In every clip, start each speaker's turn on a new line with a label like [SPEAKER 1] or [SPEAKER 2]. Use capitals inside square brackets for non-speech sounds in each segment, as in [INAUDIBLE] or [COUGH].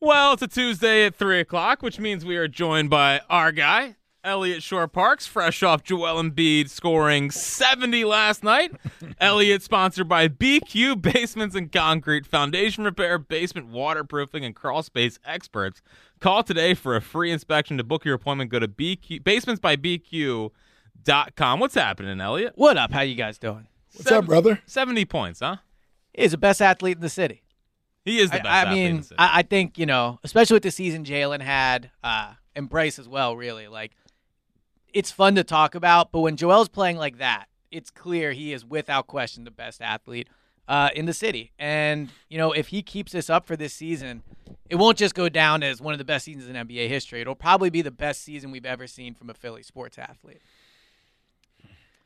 [SPEAKER 1] Well, it's a Tuesday at 3 o'clock, which means we are joined by our guy, Elliot Shore Parks, fresh off Joel Embiid scoring 70 last night. Elliot, sponsored by BQ Basements and Concrete, foundation repair, basement waterproofing, and crawl space experts. Call today for a free inspection. To book your appointment, go to BQ, basementsbybq.com. What's happening, Elliot?
[SPEAKER 2] What up? How you guys doing?
[SPEAKER 3] What's up, brother?
[SPEAKER 1] 70 points, huh?
[SPEAKER 2] He's the best athlete in the city.
[SPEAKER 1] He is the best
[SPEAKER 2] I, I
[SPEAKER 1] athlete in
[SPEAKER 2] mean,
[SPEAKER 1] the city.
[SPEAKER 2] I, I think you know, especially with the season Jalen had, uh, and Bryce as well. Really, like it's fun to talk about, but when Joel's playing like that, it's clear he is without question the best athlete uh, in the city. And you know, if he keeps this up for this season, it won't just go down as one of the best seasons in NBA history. It'll probably be the best season we've ever seen from a Philly sports athlete.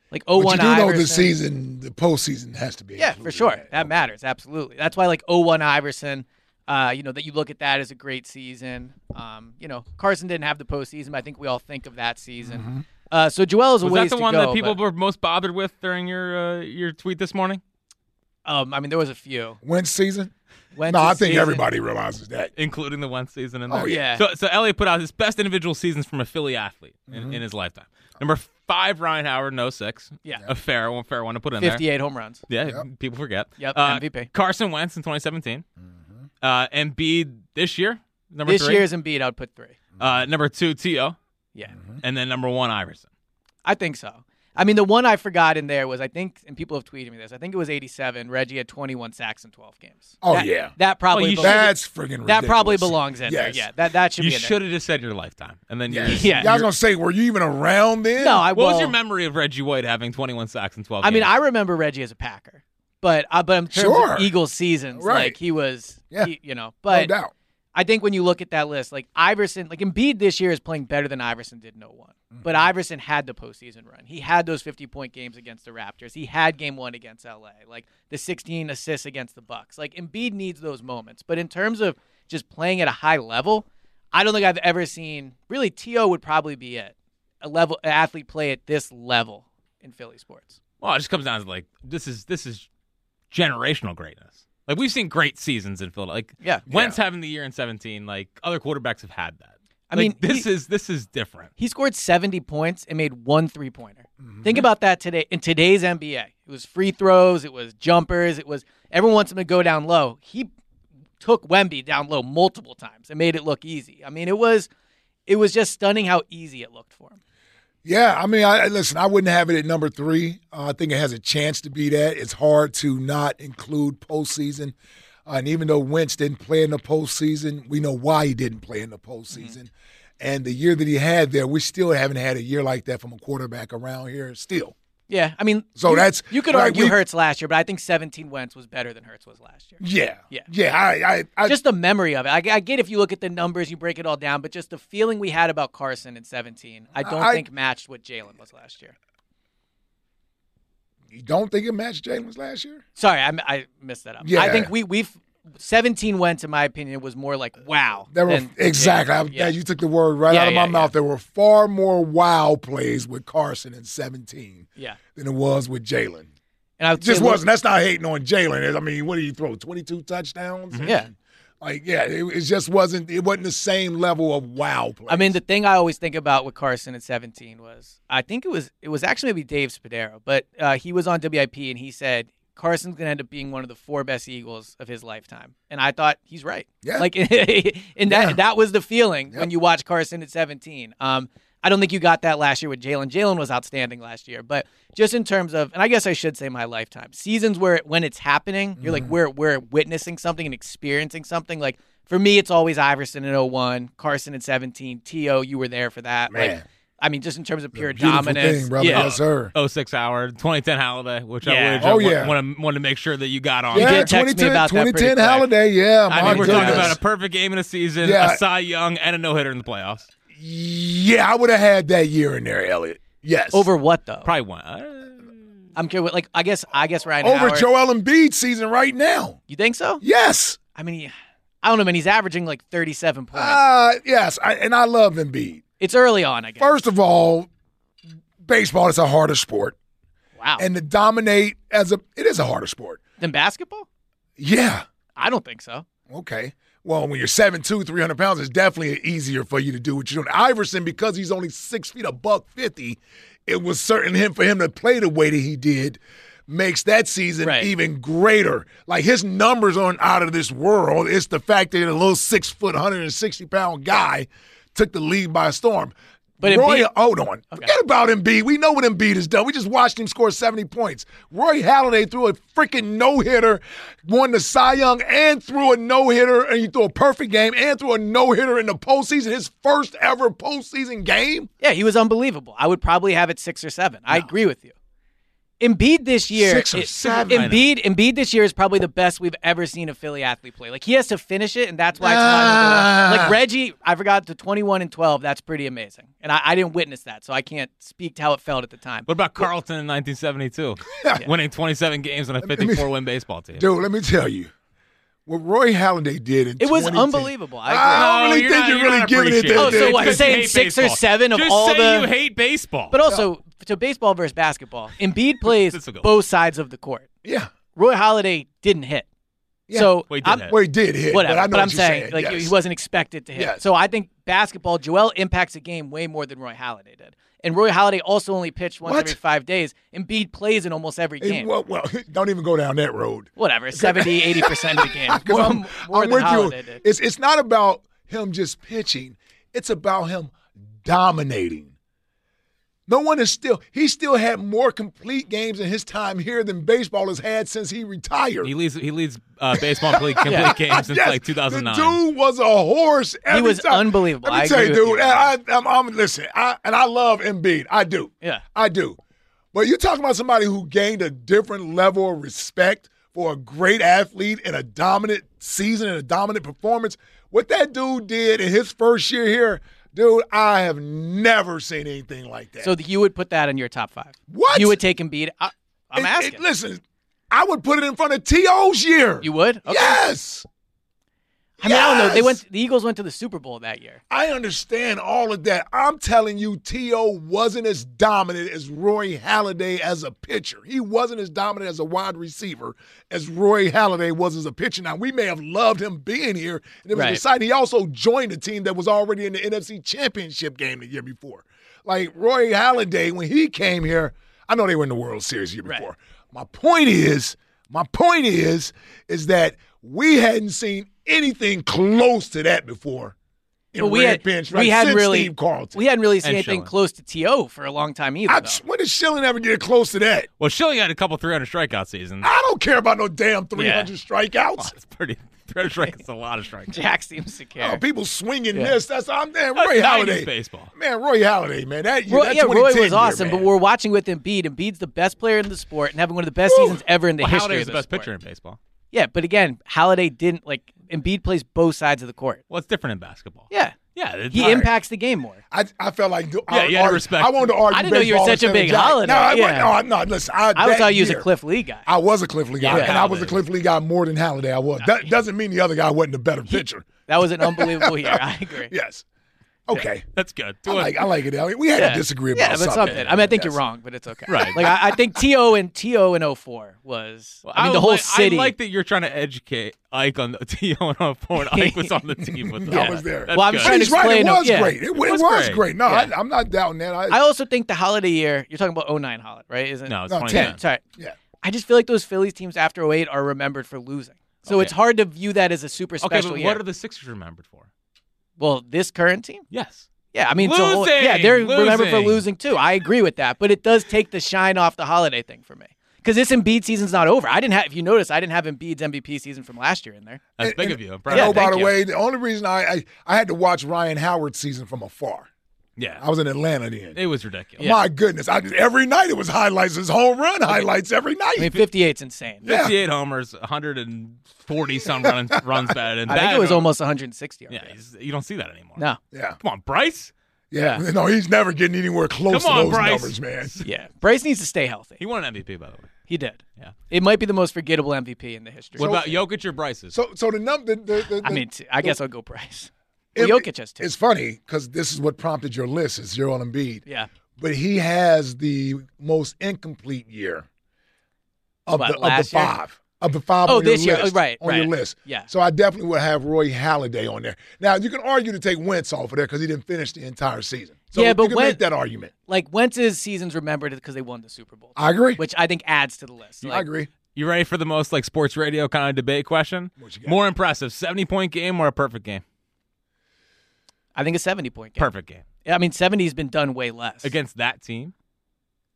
[SPEAKER 2] Like oh
[SPEAKER 3] But
[SPEAKER 2] one
[SPEAKER 3] you do know
[SPEAKER 2] Iverson.
[SPEAKER 3] the season, the postseason has to be.
[SPEAKER 2] Yeah, for
[SPEAKER 3] included
[SPEAKER 2] sure.
[SPEAKER 3] in
[SPEAKER 2] That matters. Absolutely. That's why like 01 Iverson, uh, you know, that you look at that as a great season. Um, you know, Carson didn't have the postseason, but I think we all think of that season. Uh, so Joel is a
[SPEAKER 1] Mm-hmm. Was
[SPEAKER 2] ways
[SPEAKER 1] that the
[SPEAKER 2] to
[SPEAKER 1] one
[SPEAKER 2] go,
[SPEAKER 1] that people
[SPEAKER 2] but-
[SPEAKER 1] were most bothered with during your uh, your tweet this morning?
[SPEAKER 2] um, I mean, there was a few.
[SPEAKER 3] Wentz season?
[SPEAKER 2] Wentz
[SPEAKER 3] no, I
[SPEAKER 2] this
[SPEAKER 3] think
[SPEAKER 2] season-
[SPEAKER 3] everybody realizes that.
[SPEAKER 1] including the one season in
[SPEAKER 3] Oh,
[SPEAKER 1] there.
[SPEAKER 2] yeah.
[SPEAKER 1] So, so Elliot put out his best individual seasons from a Philly athlete in, in his lifetime. Number five, Ryan Howard, no six.
[SPEAKER 2] Mm-hmm. Yeah.
[SPEAKER 1] A fair one, fair one to put in there.
[SPEAKER 2] 58 home runs.
[SPEAKER 1] Yeah, people forget.
[SPEAKER 2] Yep,
[SPEAKER 1] Uh,
[SPEAKER 2] MVP.
[SPEAKER 1] Carson Wentz in 2017. Uh, Embiid this year, number
[SPEAKER 2] Mm-hmm. this
[SPEAKER 1] three.
[SPEAKER 2] year's Embiid, I'd put three.
[SPEAKER 1] uh, number two, T.O.,
[SPEAKER 2] Yeah.
[SPEAKER 1] and then number one, Iverson.
[SPEAKER 2] I think so. I mean, the one I forgot in there was I think, and people have tweeted me this. I think it was 87. Reggie had 21 sacks in 12 games.
[SPEAKER 3] Oh,
[SPEAKER 2] That-
[SPEAKER 3] yeah.
[SPEAKER 2] that probably
[SPEAKER 1] you
[SPEAKER 2] belongs-
[SPEAKER 3] That's friggin'
[SPEAKER 2] that probably
[SPEAKER 3] ridiculous.
[SPEAKER 2] belongs in there.
[SPEAKER 3] Yes.
[SPEAKER 2] Yeah, that that should
[SPEAKER 1] You
[SPEAKER 2] be in there.
[SPEAKER 1] should have just said your lifetime, and then
[SPEAKER 2] [LAUGHS]
[SPEAKER 3] Yes.
[SPEAKER 1] you
[SPEAKER 2] Yeah.
[SPEAKER 3] Yeah, I was gonna say, were you even around then?
[SPEAKER 2] No, I
[SPEAKER 1] What was your
[SPEAKER 2] well-
[SPEAKER 1] memory of Reggie White having 21 sacks and 12?
[SPEAKER 2] I mean,
[SPEAKER 1] games?
[SPEAKER 2] I remember Reggie as a Packer, but uh, but in terms
[SPEAKER 3] Sure.
[SPEAKER 2] of Eagles seasons,
[SPEAKER 3] Right.
[SPEAKER 2] like he was,
[SPEAKER 3] Yeah.
[SPEAKER 2] he- you know.
[SPEAKER 3] no
[SPEAKER 2] But
[SPEAKER 3] doubt.
[SPEAKER 2] I think when you look at that list, like Iverson, like Embiid this year is playing better than Iverson did in oh one But Iverson had the postseason run. He had those fifty point games against the Raptors. He had game one against LA, like the sixteen assists against the Bucks. Like Embiid needs those moments. But in terms of just playing at a high level, I don't think I've ever seen really To would probably be it a level an athlete play at this level in Philly sports.
[SPEAKER 1] Well, it just comes down to like this is this is generational greatness. Like we've seen great seasons in Philadelphia. Like
[SPEAKER 2] Yeah.
[SPEAKER 1] Wentz having the year in seventeen. Like other quarterbacks have had that.
[SPEAKER 2] I
[SPEAKER 1] Like,
[SPEAKER 2] mean,
[SPEAKER 1] this
[SPEAKER 2] he-
[SPEAKER 1] is this is different.
[SPEAKER 2] He scored 70 points and made one three pointer.
[SPEAKER 3] Mm-hmm.
[SPEAKER 2] Think about that today in today's NBA. It was free throws, it was jumpers, it was everyone wants him to go down low. He took Wemby down low multiple times and made it look easy. I mean, it was it was just stunning how easy it looked for him.
[SPEAKER 3] Yeah, I mean, I I- listen. I wouldn't have it at number three. Uh, I think it has a chance to be that. It's hard to not include postseason, uh, and even though Wentz didn't play in the postseason, we know why he didn't play in the postseason.
[SPEAKER 2] Mm-hmm.
[SPEAKER 3] And the year that he had there, we still haven't had a year like that from a quarterback around here. Still,
[SPEAKER 2] Yeah, I mean,
[SPEAKER 3] So
[SPEAKER 2] you,
[SPEAKER 3] that's-
[SPEAKER 2] you could
[SPEAKER 3] like,
[SPEAKER 2] argue
[SPEAKER 3] we-
[SPEAKER 2] Hertz last year, but I think 17 Wentz was better than Hertz was last year.
[SPEAKER 3] yeah,
[SPEAKER 2] Yeah.
[SPEAKER 3] yeah. I, I, I
[SPEAKER 2] just the memory of it. I, I get if you look at the numbers, you break it all down, but just the feeling we had about Carson in 17, I don't
[SPEAKER 3] I-
[SPEAKER 2] think matched what Jalen was last year.
[SPEAKER 3] you don't think it matched Jalen's last year.
[SPEAKER 2] Sorry, I, I messed that up.
[SPEAKER 3] Yeah.
[SPEAKER 2] I think we we've 17 Wentz, in my opinion, was more like wow.
[SPEAKER 3] There were
[SPEAKER 2] than-
[SPEAKER 3] exactly.
[SPEAKER 2] yeah,
[SPEAKER 3] I,
[SPEAKER 2] yeah.
[SPEAKER 3] yeah, you took the word right
[SPEAKER 2] Yeah,
[SPEAKER 3] out of
[SPEAKER 2] yeah,
[SPEAKER 3] my
[SPEAKER 2] yeah.
[SPEAKER 3] mouth. There were far more wow plays with Carson in 17
[SPEAKER 2] Yeah.
[SPEAKER 3] than it was with Jalen.
[SPEAKER 2] and I would
[SPEAKER 3] It just
[SPEAKER 2] say, look-
[SPEAKER 3] wasn't. That's not hating on Jalen. I mean, what do you throw? 22 touchdowns.
[SPEAKER 2] Mm-hmm. Yeah.
[SPEAKER 3] Like, yeah, it, it just wasn't. It wasn't the same level of wow play.
[SPEAKER 2] I mean, the thing I always think about with Carson at 17 was I think it was it was actually maybe Dave Spadero, but uh, he was on WIP and he said Carson's gonna end up being one of the four best Eagles of his lifetime, and I thought he's right.
[SPEAKER 3] Yeah.
[SPEAKER 2] Like, [LAUGHS] and that
[SPEAKER 3] Yeah.
[SPEAKER 2] that was the feeling when
[SPEAKER 3] Yep.
[SPEAKER 2] you watch Carson at 17. Um, I don't think you got that last year with Jalen. Jalen was outstanding last year, but just in terms of, and I guess I should say my lifetime seasons where it, when it's happening, you're like
[SPEAKER 3] Mm-hmm.
[SPEAKER 2] we're we're witnessing something and experiencing something. Like for me, it's always Iverson in 01, Carson in 17, To. You were there for that. Like,
[SPEAKER 3] Man.
[SPEAKER 2] I mean, just in terms of pure
[SPEAKER 3] Beautiful
[SPEAKER 2] dominance,
[SPEAKER 3] thing, brother.
[SPEAKER 2] yeah.
[SPEAKER 3] Yes, sir.
[SPEAKER 1] 06 Oh, hour 2010 holiday, which
[SPEAKER 2] Yeah.
[SPEAKER 1] I would
[SPEAKER 3] Oh, yeah.
[SPEAKER 1] want to want to make sure that you got on.
[SPEAKER 2] Oh, You
[SPEAKER 3] yeah,
[SPEAKER 2] did text me
[SPEAKER 3] 2010,
[SPEAKER 2] about that pretty
[SPEAKER 3] 2010
[SPEAKER 2] quick.
[SPEAKER 3] holiday. Yeah,
[SPEAKER 1] I
[SPEAKER 3] my
[SPEAKER 1] mean, we're talking
[SPEAKER 3] goodness.
[SPEAKER 1] about a perfect game in a season,
[SPEAKER 3] Yeah.
[SPEAKER 1] a Cy Young, and a no hitter in the playoffs.
[SPEAKER 3] Yeah, I would have had that year in there, Elliot. Yes.
[SPEAKER 2] over what though?
[SPEAKER 1] Probably one. Uh,
[SPEAKER 2] I'm curious. Like I guess I guess Ryan
[SPEAKER 3] over
[SPEAKER 2] Howard-
[SPEAKER 3] Joel Embiid's season right now.
[SPEAKER 2] You think so?
[SPEAKER 3] Yes.
[SPEAKER 2] I mean, he- I don't know, man. He's averaging like 37 points.
[SPEAKER 3] Uh, yes. I, and I love Embiid.
[SPEAKER 2] it's early on, I guess.
[SPEAKER 3] First of all, baseball is a harder sport,
[SPEAKER 2] wow.
[SPEAKER 3] and to dominate as a it is a harder sport.
[SPEAKER 2] Than basketball?
[SPEAKER 3] Yeah.
[SPEAKER 2] I don't think so.
[SPEAKER 3] Okay. Well, when you're 7'2", 300 pounds, it's definitely easier for you to do what you're doing. Iverson, because he's only six feet a buck fifty, it was certain him for him to play the way that he did makes that season
[SPEAKER 2] Right.
[SPEAKER 3] even greater. Like his numbers aren't out of this world. It's the fact that a little six foot, 160 pound guy took the league by storm.
[SPEAKER 2] But
[SPEAKER 3] Roy,
[SPEAKER 2] Embiid-
[SPEAKER 3] hold on. Forget about Embiid. We know what Embiid has done. We just watched him score 70 points. Roy Halladay threw a freaking no hitter, won the Cy Young, and threw a no hitter, and he threw a perfect game, and threw a no hitter in the postseason, his first ever postseason game. [LAUGHS]
[SPEAKER 2] Yeah, he was unbelievable. I would probably have it six or seven. I agree with you. Embiid this year,
[SPEAKER 3] Six or
[SPEAKER 2] it-
[SPEAKER 3] seven.
[SPEAKER 2] Embiid, Embiid this year is probably the best we've ever seen a Philly athlete play. Like he has to finish it, and that's why it's not.
[SPEAKER 3] Ah.
[SPEAKER 2] Like Reggie, I forgot the twenty-one and twelve. That's pretty amazing, and I, I didn't witness that, so I can't speak to how it felt at the time.
[SPEAKER 1] What about Carlton in
[SPEAKER 3] [LAUGHS]
[SPEAKER 1] 1972, winning 27 games on a 54 win baseball team?
[SPEAKER 3] Dude, let me tell you. What Roy Halladay did in
[SPEAKER 2] It was
[SPEAKER 3] 2010
[SPEAKER 2] unbelievable. I agree.
[SPEAKER 1] No,
[SPEAKER 3] I don't really
[SPEAKER 1] Oh, you're
[SPEAKER 3] think
[SPEAKER 1] not-
[SPEAKER 3] you're,
[SPEAKER 1] you're
[SPEAKER 3] really
[SPEAKER 1] not
[SPEAKER 3] giving it
[SPEAKER 1] appreciating
[SPEAKER 3] that.
[SPEAKER 2] Oh, so
[SPEAKER 3] that-
[SPEAKER 2] what,
[SPEAKER 3] that-
[SPEAKER 1] Because
[SPEAKER 2] saying
[SPEAKER 1] you hate
[SPEAKER 2] six or seven of
[SPEAKER 1] Just
[SPEAKER 2] all
[SPEAKER 1] say
[SPEAKER 2] the-
[SPEAKER 1] you hate baseball.
[SPEAKER 2] But also, to baseball versus basketball, Embiid plays
[SPEAKER 1] That's a good one.
[SPEAKER 2] both sides of the court.
[SPEAKER 3] Yeah.
[SPEAKER 2] Roy Holiday didn't hit.
[SPEAKER 3] Yeah.
[SPEAKER 2] So
[SPEAKER 1] Well, he did
[SPEAKER 2] I'm,
[SPEAKER 1] hit.
[SPEAKER 3] Well, he did hit.
[SPEAKER 2] whatever.
[SPEAKER 3] But I know what
[SPEAKER 2] I'm
[SPEAKER 3] you're
[SPEAKER 2] saying, like
[SPEAKER 3] yes.
[SPEAKER 2] he wasn't expected to hit.
[SPEAKER 3] Yes.
[SPEAKER 2] So I think basketball, Joel impacts a game way more than Roy Halladay did. And Roy Halladay also only pitched once
[SPEAKER 3] What?
[SPEAKER 2] every five days. Embiid plays in almost every
[SPEAKER 3] Hey,
[SPEAKER 2] game.
[SPEAKER 3] well, well, [LAUGHS] don't even go down that road.
[SPEAKER 2] Whatever,
[SPEAKER 3] [LAUGHS]
[SPEAKER 2] 70, 80 percent of the game.
[SPEAKER 3] 'Cause
[SPEAKER 2] More,
[SPEAKER 3] I'm-
[SPEAKER 2] more
[SPEAKER 3] I'm
[SPEAKER 2] than
[SPEAKER 3] with
[SPEAKER 2] Halladay
[SPEAKER 3] you.
[SPEAKER 2] did.
[SPEAKER 3] It's it's not about him just pitching. It's about him dominating. No one is still. He still had more complete games in his time here than baseball has had since he retired.
[SPEAKER 1] he leads he leads uh, baseball complete,
[SPEAKER 2] [LAUGHS]
[SPEAKER 1] complete games since
[SPEAKER 3] Yes,
[SPEAKER 1] like 2009.
[SPEAKER 3] The dude was a horse. Every
[SPEAKER 2] was
[SPEAKER 3] time.
[SPEAKER 2] unbelievable.
[SPEAKER 3] Let me
[SPEAKER 2] I
[SPEAKER 3] tell you,
[SPEAKER 2] agree with
[SPEAKER 3] dude.
[SPEAKER 2] you.
[SPEAKER 3] I, I, I'm, I'm listen. I, and I love Embiid. I do.
[SPEAKER 2] Yeah.
[SPEAKER 3] I do. But you're talking about somebody who gained a different level of respect for a great athlete and a dominant season and a dominant performance. What that dude did in his first year here, dude, I have never seen anything like that.
[SPEAKER 2] So th- you would put that in your top five.
[SPEAKER 3] What?
[SPEAKER 2] You would take Embiid. I, I'm
[SPEAKER 3] It- it-
[SPEAKER 2] asking.
[SPEAKER 3] listen, I would put it in front of T.O.'s year.
[SPEAKER 2] you would? Okay.
[SPEAKER 3] Yes.
[SPEAKER 2] I mean, I don't know. They
[SPEAKER 3] Yes!
[SPEAKER 2] went. The Eagles went to the Super Bowl that year.
[SPEAKER 3] I understand all of that. I'm telling you, T.O. wasn't as dominant as Roy Halladay as a pitcher. He wasn't as dominant as a wide receiver as Roy Halladay was as a pitcher. Now, we may have loved him being here, and it was
[SPEAKER 2] Right.
[SPEAKER 3] exciting. He also joined a team that was already in the NFC Championship game the year before. Like, Roy Halladay, when he came here, I know they were in the World Series the year
[SPEAKER 2] Right.
[SPEAKER 3] before. My point is, my point is, is that we hadn't seen anything close to that before in
[SPEAKER 2] But we
[SPEAKER 3] red
[SPEAKER 2] had
[SPEAKER 3] bench, right?
[SPEAKER 2] we had
[SPEAKER 3] since
[SPEAKER 2] really
[SPEAKER 3] Steve Carlton.
[SPEAKER 2] we hadn't really seen
[SPEAKER 1] And
[SPEAKER 2] anything
[SPEAKER 1] Schilling.
[SPEAKER 2] close to To for a long time either.
[SPEAKER 3] I,
[SPEAKER 2] though.
[SPEAKER 3] when did Schilling ever get close to that?
[SPEAKER 1] well, Schilling had a couple 300 strikeout seasons.
[SPEAKER 3] I don't care about no damn 300
[SPEAKER 1] [LAUGHS]
[SPEAKER 3] strikeouts.
[SPEAKER 1] That's pretty 300 strikeouts. a lot of strikeouts.
[SPEAKER 2] [LAUGHS] Jack seems to care.
[SPEAKER 3] Oh, people swinging this. That's I'm man,
[SPEAKER 1] That's
[SPEAKER 3] Roy
[SPEAKER 1] 90s
[SPEAKER 3] Halladay.
[SPEAKER 1] baseball.
[SPEAKER 3] Man, Roy Halladay, man. That, year,
[SPEAKER 2] Roy,
[SPEAKER 3] that
[SPEAKER 2] yeah, Roy
[SPEAKER 3] 2010
[SPEAKER 2] was awesome,
[SPEAKER 3] year,
[SPEAKER 2] but
[SPEAKER 3] man.
[SPEAKER 2] we're watching with Embiid. Embiid's the best player in the sport and having one of the best seasons ever in the
[SPEAKER 1] Well,
[SPEAKER 2] history
[SPEAKER 1] Halladay
[SPEAKER 2] of
[SPEAKER 1] was the best
[SPEAKER 2] sport.
[SPEAKER 1] pitcher in baseball.
[SPEAKER 2] Yeah, but again, Halladay didn't like Embiid plays both sides of the court.
[SPEAKER 1] Well, it's different in basketball.
[SPEAKER 2] Yeah,
[SPEAKER 1] Yeah, it's
[SPEAKER 2] He
[SPEAKER 1] hard.
[SPEAKER 2] impacts the game more.
[SPEAKER 3] I, I felt like yeah,
[SPEAKER 1] Yeah, you had to respect
[SPEAKER 3] I wanted to
[SPEAKER 1] him.
[SPEAKER 3] argue.
[SPEAKER 2] I didn't know you were
[SPEAKER 3] baseball
[SPEAKER 2] such a
[SPEAKER 3] instead of
[SPEAKER 2] big
[SPEAKER 3] Jack.
[SPEAKER 2] holiday.
[SPEAKER 3] No, I,
[SPEAKER 2] Yeah.
[SPEAKER 3] wasn't- no, no, listen. I,
[SPEAKER 2] I
[SPEAKER 3] that
[SPEAKER 2] always thought you was a
[SPEAKER 3] year-
[SPEAKER 2] Cliff Lee guy.
[SPEAKER 3] I was a Cliff Lee guy,
[SPEAKER 1] Yeah,
[SPEAKER 3] and I was
[SPEAKER 1] Halliday.
[SPEAKER 3] a Cliff Lee guy more than Halliday. I was. That doesn't mean the other guy wasn't a better pitcher.
[SPEAKER 1] [LAUGHS]
[SPEAKER 2] That was an unbelievable year. I agree.
[SPEAKER 3] Yes. Okay.
[SPEAKER 1] That's good.
[SPEAKER 3] I
[SPEAKER 1] Do it.
[SPEAKER 3] like I like it. Elliot. We had
[SPEAKER 2] Yeah.
[SPEAKER 3] to disagree about
[SPEAKER 2] Yeah, but
[SPEAKER 3] something.
[SPEAKER 2] something. I mean, I think
[SPEAKER 3] Yes.
[SPEAKER 2] you're wrong, but it's okay.
[SPEAKER 1] Right.
[SPEAKER 2] Like I, I think To and To and 04 was. I mean, the
[SPEAKER 1] was
[SPEAKER 2] whole
[SPEAKER 1] like,
[SPEAKER 2] city.
[SPEAKER 1] I like that you're trying to educate Ike on the [LAUGHS] team on a
[SPEAKER 2] [LAUGHS]
[SPEAKER 1] phone. Ike was on the team with us.
[SPEAKER 3] I was there.
[SPEAKER 1] That's
[SPEAKER 2] Well, I'm
[SPEAKER 1] good.
[SPEAKER 2] sure
[SPEAKER 3] But he's right. It
[SPEAKER 2] explain-
[SPEAKER 3] was
[SPEAKER 2] yeah.
[SPEAKER 3] great. It, it was, great. No, I, I'm not doubting that. I,
[SPEAKER 2] I also think the holiday year. You're talking about 09 holiday, right? Isn't it?
[SPEAKER 1] No, it's
[SPEAKER 3] No,
[SPEAKER 1] 29.
[SPEAKER 2] 10. Sorry.
[SPEAKER 3] Yeah.
[SPEAKER 2] I just feel like those Phillies teams after 08 are remembered for losing. So
[SPEAKER 1] Okay.
[SPEAKER 2] it's hard to view that as a super
[SPEAKER 1] Okay,
[SPEAKER 2] special
[SPEAKER 1] but
[SPEAKER 2] year.
[SPEAKER 1] what are the Sixers remembered for?
[SPEAKER 2] well, this current team?
[SPEAKER 1] Yes.
[SPEAKER 2] Yeah, I mean, it's a whole- yeah,
[SPEAKER 1] Losing!
[SPEAKER 2] they're remembered for
[SPEAKER 1] Losing!
[SPEAKER 2] losing too. I agree with that, but it does take the shine off the holiday thing for me because this Embiid season's not over. I didn't have, if you notice, I didn't have Embiid's MVP season from last year in there.
[SPEAKER 1] That's
[SPEAKER 3] And-
[SPEAKER 1] big
[SPEAKER 3] and-
[SPEAKER 1] of you. I'm
[SPEAKER 3] I
[SPEAKER 1] proud
[SPEAKER 3] know,
[SPEAKER 1] of you.
[SPEAKER 3] by
[SPEAKER 1] Thank
[SPEAKER 3] the
[SPEAKER 1] you.
[SPEAKER 3] way, the only reason I, I I had to watch Ryan Howard's season from afar.
[SPEAKER 1] Yeah.
[SPEAKER 2] Uh,
[SPEAKER 3] I was in Atlanta then.
[SPEAKER 1] It was ridiculous.
[SPEAKER 3] My goodness, I, every night it was highlights. His home run highlights every night.
[SPEAKER 1] [LAUGHS]
[SPEAKER 2] I mean, 58's insane.
[SPEAKER 3] Yeah.
[SPEAKER 1] 58 homers, 140 some runs, runs batted in.
[SPEAKER 2] I think
[SPEAKER 1] That-
[SPEAKER 2] it was almost 160.
[SPEAKER 1] Yeah,
[SPEAKER 2] RBIs.
[SPEAKER 1] he's- you don't see that anymore.
[SPEAKER 2] No.
[SPEAKER 3] yeah,
[SPEAKER 1] Come on, Bryce.
[SPEAKER 3] yeah, No, he's never getting anywhere
[SPEAKER 1] Come
[SPEAKER 3] close to
[SPEAKER 1] on,
[SPEAKER 3] those
[SPEAKER 1] Bryce.
[SPEAKER 3] numbers, man.
[SPEAKER 2] Yeah. Bryce needs to stay healthy.
[SPEAKER 1] He won an MVP, by the way.
[SPEAKER 2] He did.
[SPEAKER 1] Yeah.
[SPEAKER 2] It might be the most forgettable MVP in the history.
[SPEAKER 1] What about Jokic or Bryce's?
[SPEAKER 3] So, so the number. The, the, the,
[SPEAKER 2] I mean, t- I guess I'll go Bryce. Well,
[SPEAKER 3] it-
[SPEAKER 2] Jokic has two.
[SPEAKER 3] It's funny because this is what prompted your list. Is Joel Embiid?
[SPEAKER 2] Yeah.
[SPEAKER 3] but he has the most incomplete year of
[SPEAKER 2] What,
[SPEAKER 3] the of the
[SPEAKER 2] last year?
[SPEAKER 3] five. Of the five
[SPEAKER 2] Oh,
[SPEAKER 3] on your
[SPEAKER 2] this year. Oh,
[SPEAKER 3] list,
[SPEAKER 2] right,
[SPEAKER 3] on
[SPEAKER 2] right.
[SPEAKER 3] your list,
[SPEAKER 2] Yeah.
[SPEAKER 3] So I definitely would have Roy Halladay on there. Now you can argue to take Wentz off of there because he didn't finish the entire season. So
[SPEAKER 2] Yeah, but
[SPEAKER 3] you can
[SPEAKER 2] Wen-
[SPEAKER 3] make that argument.
[SPEAKER 2] Like, Wentz's season's remembered because they won the Super Bowl,
[SPEAKER 3] I agree.
[SPEAKER 2] which I think adds to the list.
[SPEAKER 3] I
[SPEAKER 2] Like,
[SPEAKER 3] agree.
[SPEAKER 1] you ready for the most like sports radio kind of debate question?
[SPEAKER 3] What you got?
[SPEAKER 1] More impressive, 70 point game or a perfect game?
[SPEAKER 2] I think a 70 point game.
[SPEAKER 1] Perfect game.
[SPEAKER 2] I mean, 70's been done way less.
[SPEAKER 1] Against that team?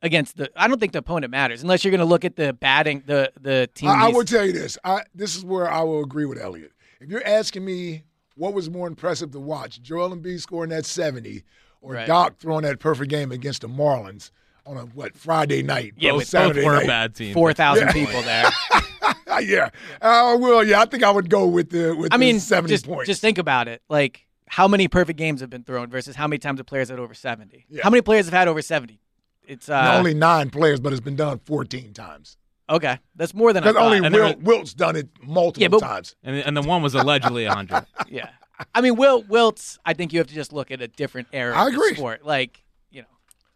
[SPEAKER 2] against the I don't think the opponent matters unless you're going to look at the batting the the team.
[SPEAKER 3] I, I
[SPEAKER 2] he's-
[SPEAKER 3] will tell you this. I, this is where I will agree with Elliot. If you're asking me what was more impressive to watch, Joel Embiid scoring that 70 or
[SPEAKER 2] Right.
[SPEAKER 3] Doc throwing that perfect game against the Marlins on a what Friday night,
[SPEAKER 2] Yeah,
[SPEAKER 3] or
[SPEAKER 2] with
[SPEAKER 1] Both
[SPEAKER 2] both
[SPEAKER 3] Saturday
[SPEAKER 1] were
[SPEAKER 3] night.
[SPEAKER 1] a bad team.
[SPEAKER 2] four thousand
[SPEAKER 3] Yeah.
[SPEAKER 2] people there.
[SPEAKER 3] [LAUGHS] yeah, I will. Yeah, I think I would go with the with
[SPEAKER 2] I mean,
[SPEAKER 3] the seventy
[SPEAKER 2] just
[SPEAKER 3] points.
[SPEAKER 2] just think about it. Like how many perfect games have been thrown versus how many times the players had over seventy.
[SPEAKER 3] Yeah.
[SPEAKER 2] How many players have had over seventy? It's uh,
[SPEAKER 3] Not only nine players, but it's been done fourteen times.
[SPEAKER 2] okay. That's more than I
[SPEAKER 3] Because
[SPEAKER 2] thought.
[SPEAKER 3] only
[SPEAKER 1] and
[SPEAKER 3] Wil-
[SPEAKER 1] there
[SPEAKER 3] Wilt's done it multiple
[SPEAKER 2] Yeah, but-
[SPEAKER 3] times.
[SPEAKER 1] And, and the one was allegedly 100.
[SPEAKER 2] yeah. I mean, Will Wilts. I think you have to just look at a different era.
[SPEAKER 3] I
[SPEAKER 2] of the
[SPEAKER 3] agree.
[SPEAKER 2] Sport like you know,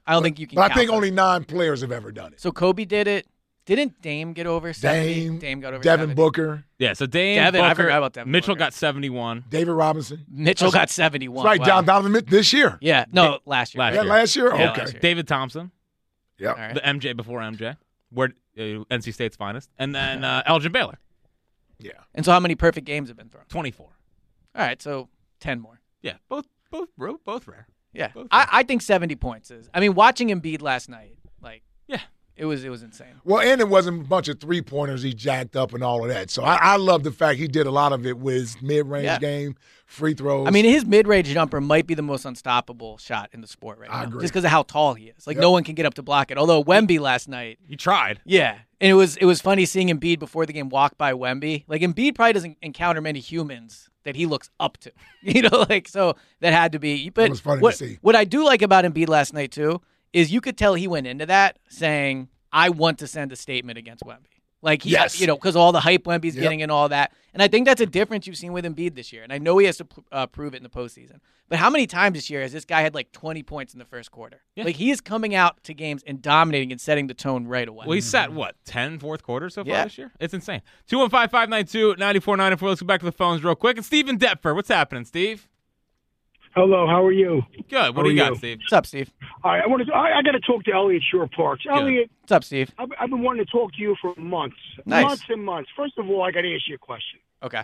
[SPEAKER 2] I don't think you can.
[SPEAKER 3] But I
[SPEAKER 2] count
[SPEAKER 3] think
[SPEAKER 2] those.
[SPEAKER 3] only nine players have ever done it.
[SPEAKER 2] So Kobe did it. Didn't Dame get over seventy?
[SPEAKER 3] Dame,
[SPEAKER 2] got over
[SPEAKER 3] Devin
[SPEAKER 2] 70.
[SPEAKER 3] Booker,
[SPEAKER 1] Yeah, so Dame
[SPEAKER 2] Devin- I
[SPEAKER 1] Booker,
[SPEAKER 2] forgot about Devin
[SPEAKER 1] Mitchell
[SPEAKER 2] Booker.
[SPEAKER 1] got 71.
[SPEAKER 3] David Robinson.
[SPEAKER 2] Mitchell got seventy-one.
[SPEAKER 3] Right,
[SPEAKER 2] wow.
[SPEAKER 3] Don Donovan Mitchell this year.
[SPEAKER 2] Yeah, no, last year.
[SPEAKER 1] Last
[SPEAKER 2] right?
[SPEAKER 3] Yeah,
[SPEAKER 1] year.
[SPEAKER 3] last year.
[SPEAKER 2] Yeah,
[SPEAKER 3] okay.
[SPEAKER 2] last year.
[SPEAKER 1] David Thompson,
[SPEAKER 3] Yeah.
[SPEAKER 2] All right.
[SPEAKER 1] the MJ before MJ, where uh, NC State's finest, and then uh, Elgin Baylor,
[SPEAKER 3] Yeah.
[SPEAKER 2] And so, how many perfect games have been thrown?
[SPEAKER 1] 24.
[SPEAKER 2] All right, so ten more.
[SPEAKER 1] Yeah, both both both, both rare.
[SPEAKER 2] Yeah,
[SPEAKER 1] Both
[SPEAKER 2] I, I think seventy points is. I mean, watching Embiid last night, like
[SPEAKER 1] Yeah.
[SPEAKER 2] it was it was insane.
[SPEAKER 3] Well, and it wasn't a bunch of three pointers he jacked up and all of that. So I, I love the fact he did a lot of it with his mid range
[SPEAKER 2] Yeah.
[SPEAKER 3] game, free throws.
[SPEAKER 2] I mean, his mid-range jumper might be the most unstoppable shot in the sport right now,
[SPEAKER 3] I agree.
[SPEAKER 2] just because of how tall he is. Like no one can get up to block it. Although Wemby last night,
[SPEAKER 1] You tried.
[SPEAKER 2] yeah, and it was it was funny seeing Embiid before the game walk by Wemby. Like Embiid probably doesn't encounter many humans that he looks up to, [LAUGHS] you know. Like so that had to be. But
[SPEAKER 3] was funny to
[SPEAKER 2] what
[SPEAKER 3] see.
[SPEAKER 2] what I do like about Embiid last night too is you could tell he went into that saying, "I want to send a statement against Wemby." Like he,
[SPEAKER 3] Yes.
[SPEAKER 2] you know, because all the hype Wemby's
[SPEAKER 3] Yep.
[SPEAKER 2] getting and all that, and I think that's a difference you've seen with Embiid this year. And I know he has to pr- uh, prove it in the postseason. But how many times this year has this guy had like 20 points in the first quarter? Like he is coming out to games and dominating and setting the tone right away.
[SPEAKER 1] Well, he's sat, what, 10 fourth quarter so far
[SPEAKER 2] Yeah.
[SPEAKER 1] this year? It's insane. 215 592 9494. Let's go back to the phones real quick. It's Steven Deptford. What's happening, Steve?
[SPEAKER 4] Hello, how are you?
[SPEAKER 1] Good. What
[SPEAKER 4] How
[SPEAKER 1] do you
[SPEAKER 4] are
[SPEAKER 1] got,
[SPEAKER 4] you?
[SPEAKER 1] Steve?
[SPEAKER 2] What's up, Steve?
[SPEAKER 4] All right, I want to. I, I got to talk to Elliot Shore Parks. Elliot,
[SPEAKER 2] What's up, Steve?
[SPEAKER 4] I've, I've been wanting to talk to you for months,
[SPEAKER 2] Nice.
[SPEAKER 4] months and months. First of all, I got to ask you a question.
[SPEAKER 2] Okay.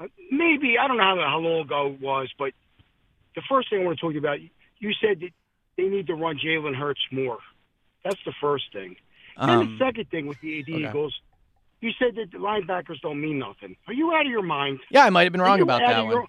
[SPEAKER 4] Uh, Maybe I don't know how, how long ago it was, but the first thing I want to talk to you about, you said that they need to run Jalen Hurts more. That's the first thing. then
[SPEAKER 2] Um,
[SPEAKER 4] the second thing with the, the
[SPEAKER 2] okay.
[SPEAKER 4] Eagles, you said that the linebackers don't mean nothing. Are you out of your mind?
[SPEAKER 2] yeah, I might have been
[SPEAKER 4] Are
[SPEAKER 2] wrong
[SPEAKER 4] you
[SPEAKER 2] about
[SPEAKER 4] out
[SPEAKER 2] that
[SPEAKER 4] of
[SPEAKER 2] one.
[SPEAKER 4] your-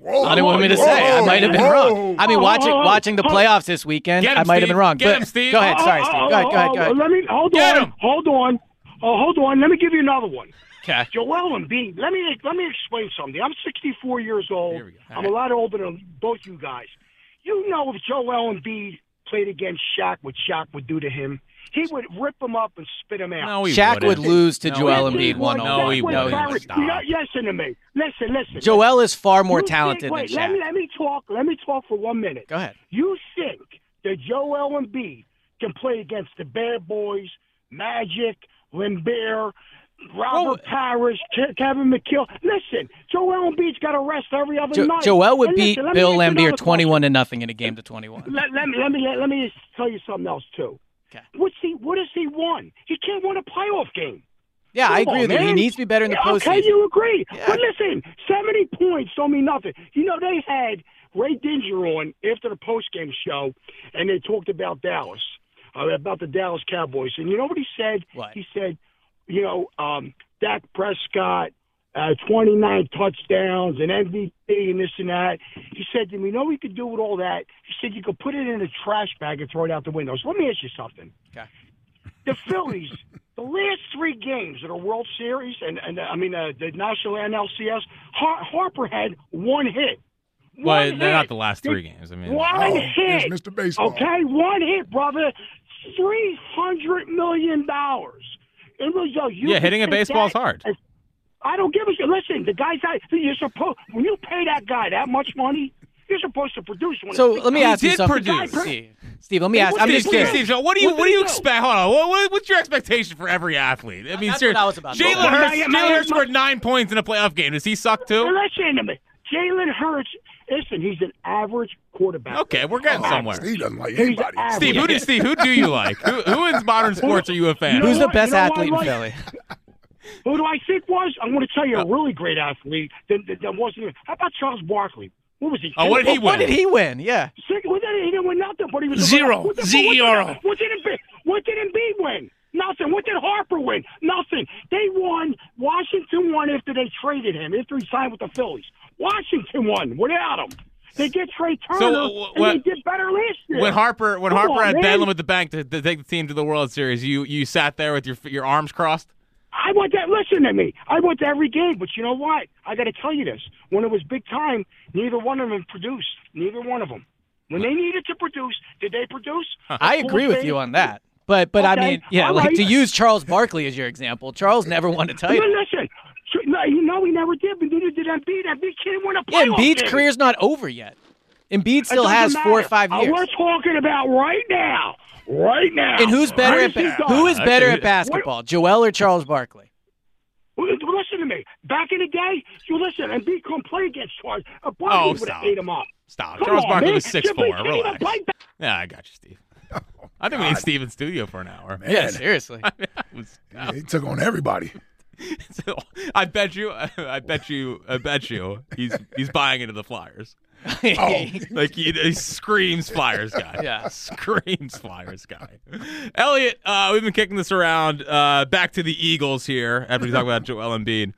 [SPEAKER 3] Whoa,
[SPEAKER 2] I didn't want me to
[SPEAKER 3] whoa,
[SPEAKER 2] say. I might have been
[SPEAKER 3] whoa.
[SPEAKER 2] wrong. I mean,
[SPEAKER 4] Oh,
[SPEAKER 2] watching
[SPEAKER 4] oh, oh,
[SPEAKER 2] watching the
[SPEAKER 4] oh.
[SPEAKER 2] playoffs this weekend,
[SPEAKER 1] Get him,
[SPEAKER 2] I might have
[SPEAKER 1] Steve.
[SPEAKER 2] been wrong.
[SPEAKER 1] Get
[SPEAKER 2] but
[SPEAKER 1] him, Steve.
[SPEAKER 2] Go ahead.
[SPEAKER 4] Oh,
[SPEAKER 2] Sorry,
[SPEAKER 4] oh,
[SPEAKER 2] Steve. Go ahead. Go ahead. Go
[SPEAKER 4] oh,
[SPEAKER 2] ahead.
[SPEAKER 4] Let me hold
[SPEAKER 1] Get
[SPEAKER 4] on.
[SPEAKER 1] him.
[SPEAKER 4] Hold on. Hold on. Oh, hold on. Let me give you another one.
[SPEAKER 1] Okay.
[SPEAKER 4] Joel Embiid. Let me let me explain something. I'm 64 years old.
[SPEAKER 1] Here we go. All
[SPEAKER 4] I'm
[SPEAKER 1] right.
[SPEAKER 4] a lot older than both you guys. You know, if Joel Embiid played against Shaq, what Shaq would do to him, he would rip him up and spit him out.
[SPEAKER 1] No, he
[SPEAKER 2] Shaq
[SPEAKER 1] wouldn't.
[SPEAKER 2] would lose to
[SPEAKER 1] No,
[SPEAKER 2] Joel
[SPEAKER 1] he wouldn't.
[SPEAKER 2] Embiid one on
[SPEAKER 1] No, he
[SPEAKER 2] one.
[SPEAKER 1] wouldn't.
[SPEAKER 2] No, he
[SPEAKER 1] would
[SPEAKER 4] Barry,
[SPEAKER 1] stop.
[SPEAKER 4] you know- listen to me. Listen, listen.
[SPEAKER 2] Joel is far more
[SPEAKER 4] You think-
[SPEAKER 2] talented than
[SPEAKER 4] wait, Let me,
[SPEAKER 2] Shaq.
[SPEAKER 4] let me talk. Let me talk for one minute.
[SPEAKER 2] Go ahead.
[SPEAKER 4] You think that Joel Embiid can play against the Bad Boys, Magic, Lambert, Robert Parrish, Ke- Kevin McHale? Listen, Joel Embiid's got to rest every other
[SPEAKER 2] Jo-
[SPEAKER 4] night.
[SPEAKER 2] Joel would
[SPEAKER 4] And
[SPEAKER 2] beat
[SPEAKER 4] listen, let me
[SPEAKER 2] Bill
[SPEAKER 4] ask you
[SPEAKER 2] Lambier
[SPEAKER 4] another question.
[SPEAKER 2] 21 to nothing in a game to
[SPEAKER 4] [LAUGHS]
[SPEAKER 2] 21.
[SPEAKER 4] Let, let me let me let me tell you something else too.
[SPEAKER 2] Okay.
[SPEAKER 4] What's he? What has he won? He can't win a playoff game.
[SPEAKER 2] Yeah, I
[SPEAKER 4] Come
[SPEAKER 2] agree
[SPEAKER 4] on,
[SPEAKER 2] with you. He
[SPEAKER 4] man.
[SPEAKER 2] needs to be better in the
[SPEAKER 4] Yeah,
[SPEAKER 2] postseason.
[SPEAKER 4] Okay, you agree.
[SPEAKER 2] Yeah.
[SPEAKER 4] But listen, 70 points don't mean nothing. You know, they had Ray Dinger on after the postgame show, and they talked about Dallas, uh, about the Dallas Cowboys. And you know what he said?
[SPEAKER 2] What?
[SPEAKER 4] He said, you know, um, Dak Prescott, uh, 29 touchdowns, an MVP, and this and that. He said to me, you know what you could do with all that? He said you could put it in a trash bag and throw it out the windows. Let me ask you something the Phillies, the last three games of the World Series, and, and uh, I mean uh, the National NLCS, Har- Harper had one hit.
[SPEAKER 1] Well,
[SPEAKER 4] One
[SPEAKER 1] they're
[SPEAKER 4] hit.
[SPEAKER 1] not the last three games. I mean,
[SPEAKER 4] One
[SPEAKER 3] Oh,
[SPEAKER 4] hit.
[SPEAKER 3] there's Mr. Baseball.
[SPEAKER 4] Okay, one hit, brother. Three hundred million dollars. It was uh, you
[SPEAKER 1] Yeah,
[SPEAKER 4] can
[SPEAKER 1] hitting a
[SPEAKER 4] take
[SPEAKER 1] baseball
[SPEAKER 4] that
[SPEAKER 1] is hard.
[SPEAKER 4] as- I don't give a shit. Listen, the guy's not, you're supposed when you pay that guy that much money, you're supposed to produce. When
[SPEAKER 2] So let me
[SPEAKER 1] He
[SPEAKER 2] ask you
[SPEAKER 1] did
[SPEAKER 2] something.
[SPEAKER 1] produce.
[SPEAKER 2] Steve. Steve, let me
[SPEAKER 4] Hey,
[SPEAKER 2] ask.
[SPEAKER 4] what
[SPEAKER 2] I'm
[SPEAKER 4] did-
[SPEAKER 2] just
[SPEAKER 1] Steve,
[SPEAKER 4] what
[SPEAKER 1] Steve,
[SPEAKER 2] curious.
[SPEAKER 4] did-
[SPEAKER 1] Steve, what do you
[SPEAKER 4] What
[SPEAKER 1] what,
[SPEAKER 4] did
[SPEAKER 1] do you
[SPEAKER 4] he do?
[SPEAKER 1] expect? Hold on, what, what- what's your expectation for every athlete? I mean,
[SPEAKER 2] That's
[SPEAKER 1] seriously,
[SPEAKER 2] what I was about to
[SPEAKER 1] Jalen
[SPEAKER 2] go.
[SPEAKER 1] Hurts,
[SPEAKER 4] Am I- am I-
[SPEAKER 1] Jalen
[SPEAKER 4] am I-
[SPEAKER 1] Hurts scored nine points in a playoff game. Does he suck too?
[SPEAKER 4] listen to me, Jalen Hurts. Listen, he's an average quarterback.
[SPEAKER 1] Okay, we're getting somewhere.
[SPEAKER 3] He doesn't like
[SPEAKER 4] He's
[SPEAKER 3] anybody.
[SPEAKER 4] average.
[SPEAKER 1] Steve, who do Steve? Who do you like? Who, who in modern sports are you a fan? of?
[SPEAKER 2] Who's
[SPEAKER 4] You know
[SPEAKER 2] the
[SPEAKER 4] what?
[SPEAKER 2] best
[SPEAKER 4] You know what,
[SPEAKER 2] athlete in
[SPEAKER 4] Mike?
[SPEAKER 2] Philly?
[SPEAKER 4] [LAUGHS] Who do I think was? I'm going to tell you
[SPEAKER 1] Oh.
[SPEAKER 4] a really great athlete that, that, that wasn't. even- How about Charles Barkley? What was he?
[SPEAKER 1] Oh, what did he
[SPEAKER 2] What
[SPEAKER 1] win?
[SPEAKER 2] did he win? Yeah.
[SPEAKER 4] Six, what did he, he didn't win nothing, but he was
[SPEAKER 5] Zero.
[SPEAKER 4] What did-
[SPEAKER 5] Z-E-R-O.
[SPEAKER 4] What did Embiid? What did Embiid win? Nothing. What did Harper win? Nothing. They won. Washington won after they traded him. After he signed with the Phillies, Washington won without him. They get Trey Turner,
[SPEAKER 1] So, wh-
[SPEAKER 4] and
[SPEAKER 1] what-
[SPEAKER 4] they did better last year.
[SPEAKER 1] When Harper when
[SPEAKER 4] Come
[SPEAKER 1] Harper
[SPEAKER 4] on,
[SPEAKER 1] had
[SPEAKER 4] man.
[SPEAKER 1] Bedlam at the bank to, to take the team to the World Series, you you sat there with your your arms crossed.
[SPEAKER 4] I went to listen to me. I went to every game, but you know what? I got to tell you this: when it was big time, neither one of them produced. Neither one of them. When they needed to produce, did they produce?
[SPEAKER 2] I agree with you on that. But but I
[SPEAKER 4] Okay,
[SPEAKER 2] mean, yeah,
[SPEAKER 4] all
[SPEAKER 2] like
[SPEAKER 4] right.
[SPEAKER 2] to use Charles Barkley as your example. Charles never won
[SPEAKER 4] [LAUGHS]
[SPEAKER 2] a
[SPEAKER 4] No,
[SPEAKER 2] title.
[SPEAKER 4] listen. No, you know he never did, but neither did Embiid. Embiid can't win a
[SPEAKER 2] Yeah,
[SPEAKER 4] playoff
[SPEAKER 2] Embiid's
[SPEAKER 4] game.
[SPEAKER 2] career's not over yet. Embiid
[SPEAKER 4] It
[SPEAKER 2] still
[SPEAKER 4] doesn't
[SPEAKER 2] has four or
[SPEAKER 4] matter.
[SPEAKER 2] five
[SPEAKER 4] Uh,
[SPEAKER 2] years.
[SPEAKER 4] We're talking about right now, right now.
[SPEAKER 2] And who's better at
[SPEAKER 4] What has he done?
[SPEAKER 2] who is
[SPEAKER 1] Okay.
[SPEAKER 2] better at basketball, Joel or Charles Barkley?
[SPEAKER 4] Well, Listen to me. Back in the day, you listen, Embiid couldn't play against Charles. A
[SPEAKER 1] Oh,
[SPEAKER 4] Barkley would
[SPEAKER 1] stop.
[SPEAKER 4] have ate him up.
[SPEAKER 1] Stop.
[SPEAKER 4] Come
[SPEAKER 1] Charles
[SPEAKER 4] on,
[SPEAKER 1] Barkley
[SPEAKER 4] man.
[SPEAKER 1] was six four.
[SPEAKER 4] Jimmy can't even
[SPEAKER 1] Relax.
[SPEAKER 4] play ba-
[SPEAKER 1] Yeah, I got you, Steve. I think we need Steve in studio for an hour.
[SPEAKER 2] Yeah, seriously.
[SPEAKER 1] That was-
[SPEAKER 3] Yeah, he took on everybody.
[SPEAKER 1] [LAUGHS] So, I bet you, I bet you, I bet you, he's he's buying into the Flyers.
[SPEAKER 4] Oh.
[SPEAKER 2] [LAUGHS]
[SPEAKER 1] Like he, he screams Flyers guy.
[SPEAKER 2] Yeah.
[SPEAKER 1] screams Flyers guy. Elliot, uh, we've been kicking this around. Uh, back to the Eagles here after we talk about [LAUGHS] Joel Embiid.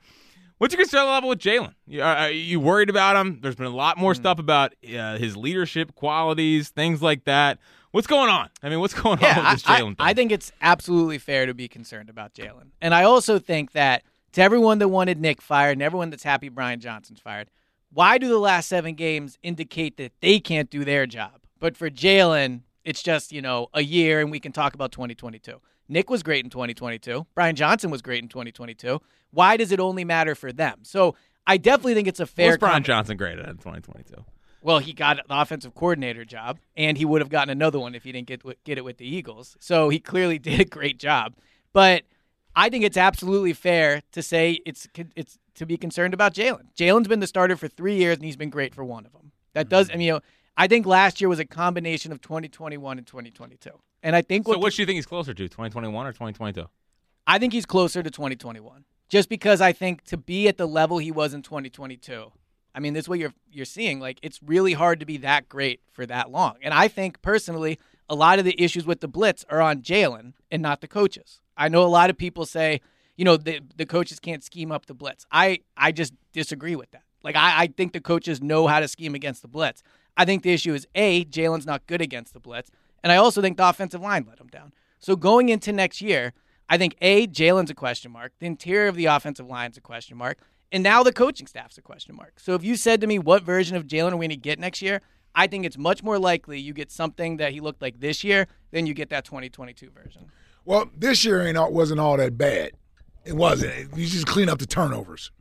[SPEAKER 1] What's your concern level with Jalen? You, are, are you worried about him? There's been a lot
[SPEAKER 2] Mm.
[SPEAKER 1] more stuff about uh, his leadership qualities, things like that. What's going on? I mean, what's going on with
[SPEAKER 2] yeah,
[SPEAKER 1] this
[SPEAKER 2] I,
[SPEAKER 1] Jalen thing?
[SPEAKER 2] I, I think it's absolutely fair to be concerned about Jalen. And I also think that to everyone that wanted Nick fired and everyone that's happy Brian Johnson's fired, why do the last seven games indicate that they can't do their job? But for Jalen, it's just, you know, a year and we can talk about 2022. Nick was great in 2022. Brian Johnson was great in 2022. Why does it only matter for them? So I definitely think it's a fair
[SPEAKER 1] What's Brian
[SPEAKER 2] comment.
[SPEAKER 1] Johnson graded in 2022?
[SPEAKER 2] Well, he got the offensive coordinator job, and he would have gotten another one if he didn't get get it with the Eagles. So he clearly [LAUGHS] did a great job. But I think it's absolutely fair to say it's it's to be concerned about Jalen. Jalen's been the starter for three years, and he's been great for one of them. That does, I mean, you know, I think last year was a combination of 2021 and 2022, and I think
[SPEAKER 1] So,
[SPEAKER 2] what
[SPEAKER 1] what do you think he's closer to, 2021 or 2022?
[SPEAKER 2] I think he's closer to 2021. Just because I think to be at the level he was in 2022, I mean, this is what you're you're seeing. Like it's really hard to be that great for that long. And I think personally, a lot of the issues with the blitz are on Jalen and not the coaches. I know a lot of people say, you know, the the coaches can't scheme up the blitz. I I just disagree with that. Like I, I think the coaches know how to scheme against the blitz. I think the issue is a Jalen's not good against the blitz, and I also think the offensive line let him down. So going into next year, I think A, Jalen's a question mark. The interior of the offensive line's a question mark. And now the coaching staff's a question mark. So if you said to me, what version of Jalen are we going to get next year? I think it's much more likely you get something that he looked like this year than you get that 2022 version.
[SPEAKER 3] Well, this year ain't all, wasn't all that bad. It wasn't. You just clean up the turnovers.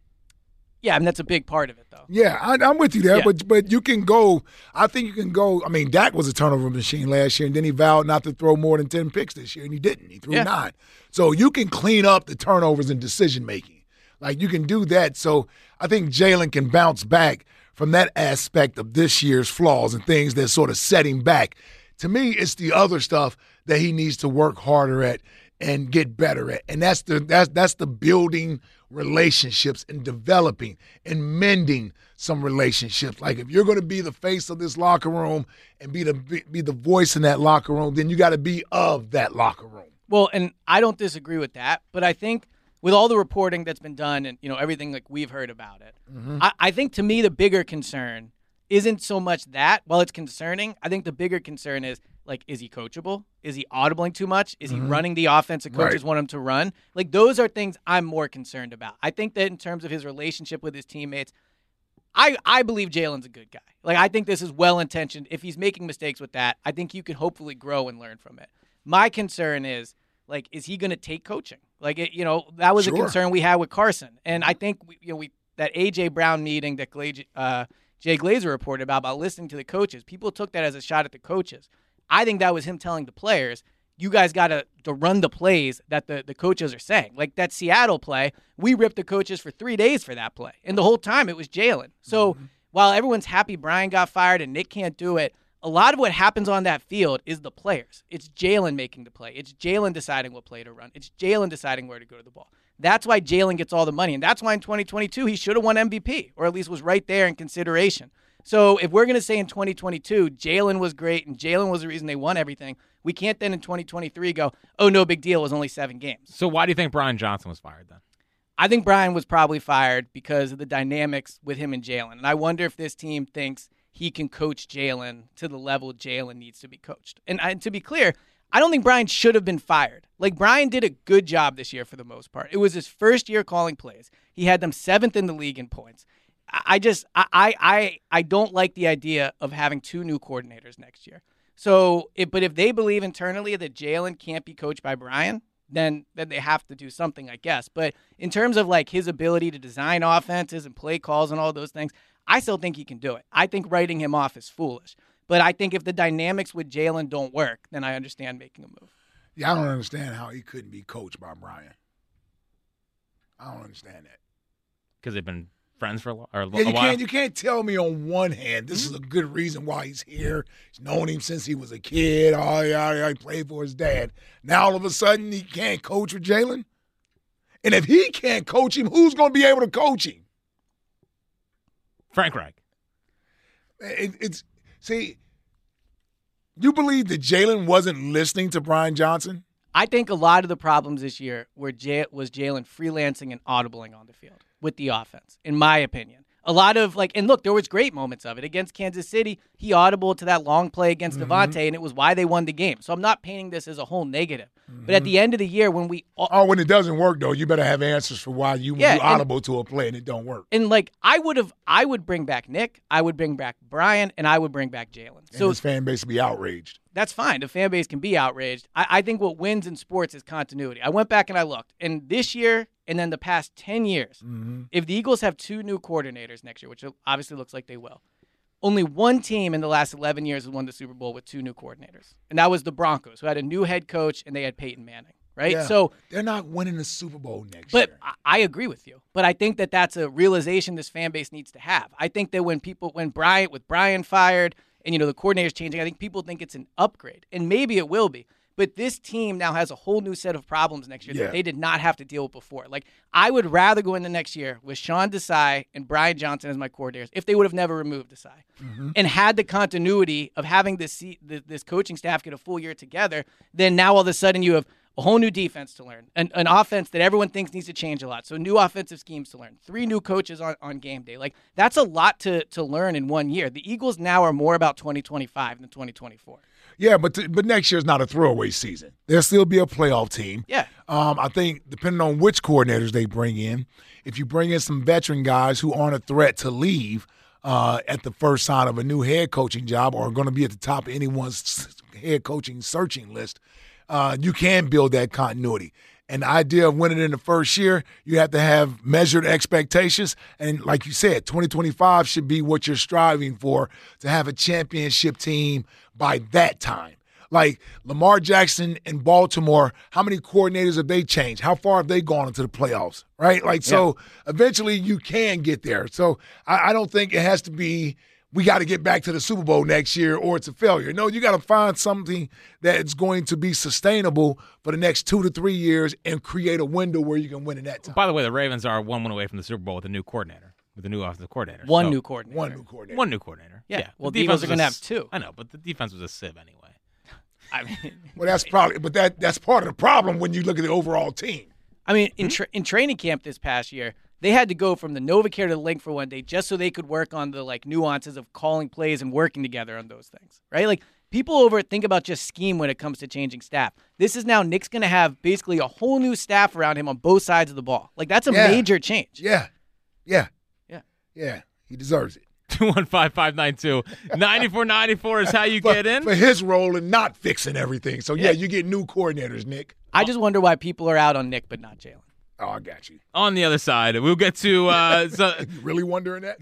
[SPEAKER 2] Yeah, I mean, that's a big part of it, though.
[SPEAKER 3] Yeah, I, I'm with you there,
[SPEAKER 2] Yeah.
[SPEAKER 3] but but you can go. I think you can go. I mean, Dak was a turnover machine last year, and then he vowed not to throw more than ten picks this year, and he didn't. He threw
[SPEAKER 2] Yeah.
[SPEAKER 3] nine. So you can clean up the turnovers and decision making. Like you can do that. So I think Jalen can bounce back from that aspect of this year's flaws and things that sort of set him back. To me, it's the other stuff that he needs to work harder at and get better at. And that's the that's that's the building relationships and developing and mending some relationships. Like if you're going to be the face of this locker room and be the be, be the voice in that locker room, then you got to be of that locker room.
[SPEAKER 2] Well, and I don't disagree with that, but I think with all the reporting that's been done and you know everything like we've heard about it, I, I think to me the bigger concern isn't so much that. While it's concerning, I think the bigger concern is like, is he coachable? Is he audibling too much? Is he running the offense that coaches want him to run? Like those are things I'm more concerned about. I think that in terms of his relationship with his teammates, I, I believe Jalen's a good guy. Like I think this is well intentioned. If he's making mistakes with that, I think you can hopefully grow and learn from it. My concern is like, is he going to take coaching? Like it, you know, that was a
[SPEAKER 3] Sure.
[SPEAKER 2] concern we had with Carson, and I think we, you know we that AJ Brown meeting that Gla- uh, Jay Glazer reported about about listening to the coaches. People took that as a shot at the coaches. I think that was him telling the players, you guys got to to run the plays that the, the coaches are saying. Like that Seattle play, we ripped the coaches for three days for that play. And the whole time it was Jalen. So while everyone's happy Brian got fired and Nick can't do it, a lot of what happens on that field is the players. It's Jalen making the play. It's Jalen deciding what play to run. It's Jalen deciding where to go to the ball. That's why Jalen gets all the money. And that's why in 2022, he should have won MVP or at least was right there in consideration. So if we're going to say in 2022, Jalen was great and Jalen was the reason they won everything, we can't then in 2023 go, oh, no big deal. It was only seven games.
[SPEAKER 1] So why do you think Brian Johnson was fired then?
[SPEAKER 2] I think Brian was probably fired because of the dynamics with him and Jalen. And I wonder if this team thinks he can coach Jalen to the level Jalen needs to be coached. And I, to be clear, I don't think Brian should have been fired. Like, Brian did a good job this year for the most part. It was his first year calling plays, he had them seventh in the league in points. I I just, I, I, I, I don't like the idea of having two new coordinators next year. So, if, but if they believe internally that Jalen can't be coached by Brian, then then they have to do something, I guess. But in terms of like his ability to design offenses and play calls and all those things, I still think he can do it. I think writing him off is foolish. But I think if the dynamics with Jalen don't work, then I understand making a move.
[SPEAKER 3] Yeah, I don't understand how he couldn't be coached by Brian. I don't understand that.
[SPEAKER 1] Because they've been friends for a, lo- or a, lo-
[SPEAKER 3] Yeah, you
[SPEAKER 1] a while.
[SPEAKER 3] can't you can't tell me on one hand this is a good reason why he's here. He's known him since he was a kid. Oh yeah, yeah, he played for his dad. Now all of a sudden he can't coach with Jalen. And if he can't coach him, who's going to be able to coach him?
[SPEAKER 1] Frank Reich.
[SPEAKER 3] It, it's see, you believe that Jalen wasn't listening to Brian Johnson.
[SPEAKER 2] I think a lot of the problems this year were Jay- was Jalen freelancing and audibling on the field with the offense, in my opinion. A lot of like, and look, there was great moments of it against Kansas City. He audible to that long play against Devontae, and it was why they won the game. So I'm not painting this as a whole negative. But at the end of the year, when we au-
[SPEAKER 3] Oh, when it doesn't work though, you better have answers for why you,
[SPEAKER 2] Uh, Yeah,
[SPEAKER 3] you
[SPEAKER 2] and-
[SPEAKER 3] audible to a play and it don't work.
[SPEAKER 2] and like I would have, I would bring back Nick, I would bring back Brian, and I would bring back Jalen.
[SPEAKER 3] And
[SPEAKER 2] So
[SPEAKER 3] his fan base will be outraged.
[SPEAKER 2] that's fine. The fan base can be outraged. I, I think what wins in sports is continuity. I went back and I looked, and this year and then the past 10 years, if the Eagles have two new coordinators next year, which obviously looks like they will, only one team in the last 11 years has won the Super Bowl with two new coordinators. And that was the Broncos, who had a new head coach and they had Peyton Manning, right?
[SPEAKER 3] Yeah.
[SPEAKER 2] So
[SPEAKER 3] They're not winning the Super Bowl next
[SPEAKER 2] but
[SPEAKER 3] year.
[SPEAKER 2] I, I agree with you. But I think that that's a realization this fan base needs to have. I think that when people, when Bryant with Brian fired, and you know the coordinator's changing, I think people think it's an upgrade, and maybe it will be. But this team now has a whole new set of problems next year
[SPEAKER 3] Yeah.
[SPEAKER 2] that they did not have to deal with before. Like I would rather go into next year with Sean Desai and Brian Johnson as my coordinators if they would have never removed Desai
[SPEAKER 3] Mm-hmm.
[SPEAKER 2] and had the continuity of having this se- th- this coaching staff get a full year together. Then now all of a sudden you have a whole new defense to learn, an, an offense that everyone thinks needs to change a lot. So new offensive schemes to learn, three new coaches on, on game day. Like that's a lot to to learn in one year. The Eagles now are more about 2025 than 2024.
[SPEAKER 3] Yeah, but but next year's not a throwaway season. There'll still be a playoff team.
[SPEAKER 2] Yeah.
[SPEAKER 3] Um, I think depending on which coordinators they bring in, if you bring in some veteran guys who aren't a threat to leave uh, at the first sign of a new head coaching job or are going to be at the top of anyone's head coaching searching list, uh, you can build that continuity. And the idea of winning in the first year, you have to have measured expectations. And like you said, 2025 should be what you're striving for to have a championship team by that time. Like Lamar Jackson in Baltimore, how many coordinators have they changed? How far have they gone into the playoffs? Right? Like, so eventually you can get there. So I, I don't think it has to be we got to get back to the Super Bowl next year or it's a failure. No, you got to find something that's going to be sustainable for the next two to three years and create a window where you can win in that time.
[SPEAKER 1] By the way, the Ravens are one win away from the Super Bowl with a new coordinator, with a new offensive coordinator.
[SPEAKER 2] One
[SPEAKER 1] So-
[SPEAKER 2] new coordinator.
[SPEAKER 3] One new coordinator.
[SPEAKER 1] One new coordinator.
[SPEAKER 2] Yeah.
[SPEAKER 1] Yeah.
[SPEAKER 2] Well,
[SPEAKER 1] The defense
[SPEAKER 2] Devos are
[SPEAKER 1] was
[SPEAKER 2] gonna
[SPEAKER 1] a
[SPEAKER 2] have
[SPEAKER 1] s-
[SPEAKER 2] two.
[SPEAKER 1] I know, but the defense was a sieve anyway. [LAUGHS]
[SPEAKER 2] I mean,
[SPEAKER 3] Well, that's probably, but that that's part of the problem when you look at the overall team.
[SPEAKER 2] I mean,
[SPEAKER 3] Mm-hmm.
[SPEAKER 2] in tra- in training camp this past year, they had to go from the NovaCare to the link for one day just so they could work on the like nuances of calling plays and working together on those things, right? Like people over think about just scheme when it comes to changing staff. This is now Nick's going to have basically a whole new staff around him on both sides of the ball. Like that's a
[SPEAKER 3] Yeah.
[SPEAKER 2] major change.
[SPEAKER 3] Yeah, yeah,
[SPEAKER 2] Yeah.
[SPEAKER 3] yeah. He deserves it
[SPEAKER 1] 215-592-9494 is how you
[SPEAKER 3] for,
[SPEAKER 1] get in.
[SPEAKER 3] for his role in not fixing everything. So yeah,
[SPEAKER 1] Yeah.
[SPEAKER 3] you get new coordinators, Nick.
[SPEAKER 2] I just wonder why people are out on Nick but not Jalen.
[SPEAKER 3] Oh, I got you.
[SPEAKER 1] On the other side, we'll get to uh, so,
[SPEAKER 3] You really wondering that?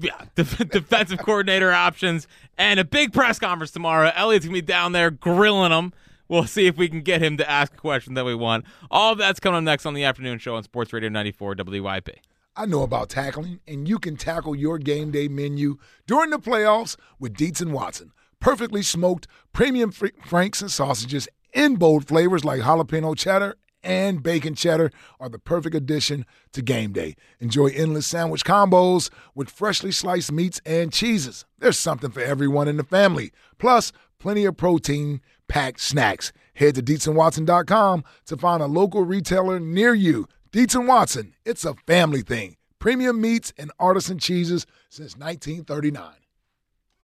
[SPEAKER 1] yeah, def- [LAUGHS] defensive coordinator options and a big press conference tomorrow. Elliott's gonna be down there grilling him. We'll see if we can get him to ask a question that we want. All of that's coming up next on the afternoon show on Sports Radio 94 WIP.
[SPEAKER 3] I know about tackling, and you can tackle your game day menu during the playoffs with Dietz and Watson. Perfectly smoked premium fr- franks and sausages in bold flavors like jalapeno cheddar and bacon cheddar are the perfect addition to game day. Enjoy endless sandwich combos with freshly sliced meats and cheeses. There's something for everyone in the family. Plus, plenty of protein packed snacks. Head to DeetsandWatson.com to find a local retailer near you. Dietz and Watson, it's a family thing. Premium meats and artisan cheeses since 1939.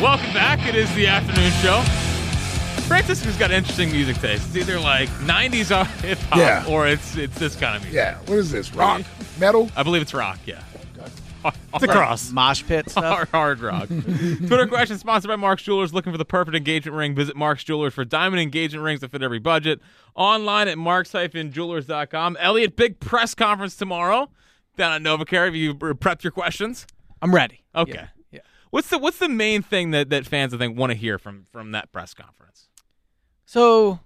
[SPEAKER 1] Welcome back. It is the afternoon show. Francisco's got interesting music taste. It's either like 90s [LAUGHS] or hip hop,
[SPEAKER 3] Yeah.
[SPEAKER 1] or it's it's this kind of music.
[SPEAKER 3] Yeah, what is this? Rock? [LAUGHS] Metal?
[SPEAKER 1] I believe it's rock. Yeah,
[SPEAKER 6] It's a cross.
[SPEAKER 2] Mosh
[SPEAKER 1] [LAUGHS]
[SPEAKER 2] pit stuff.
[SPEAKER 1] hard, hard rock. Twitter question sponsored by Mark's Jewelers. Looking for the perfect engagement ring? Visit Mark's Jewelers for diamond engagement rings that fit every budget. Online at marks-jewelers.com. Elliot, big press conference tomorrow down at NovaCare. Have you prepped your questions?
[SPEAKER 2] I'm ready.
[SPEAKER 1] Okay.
[SPEAKER 2] Yeah. yeah.
[SPEAKER 1] What's the What's the main thing that, that fans I think want to hear from from that press conference?
[SPEAKER 2] So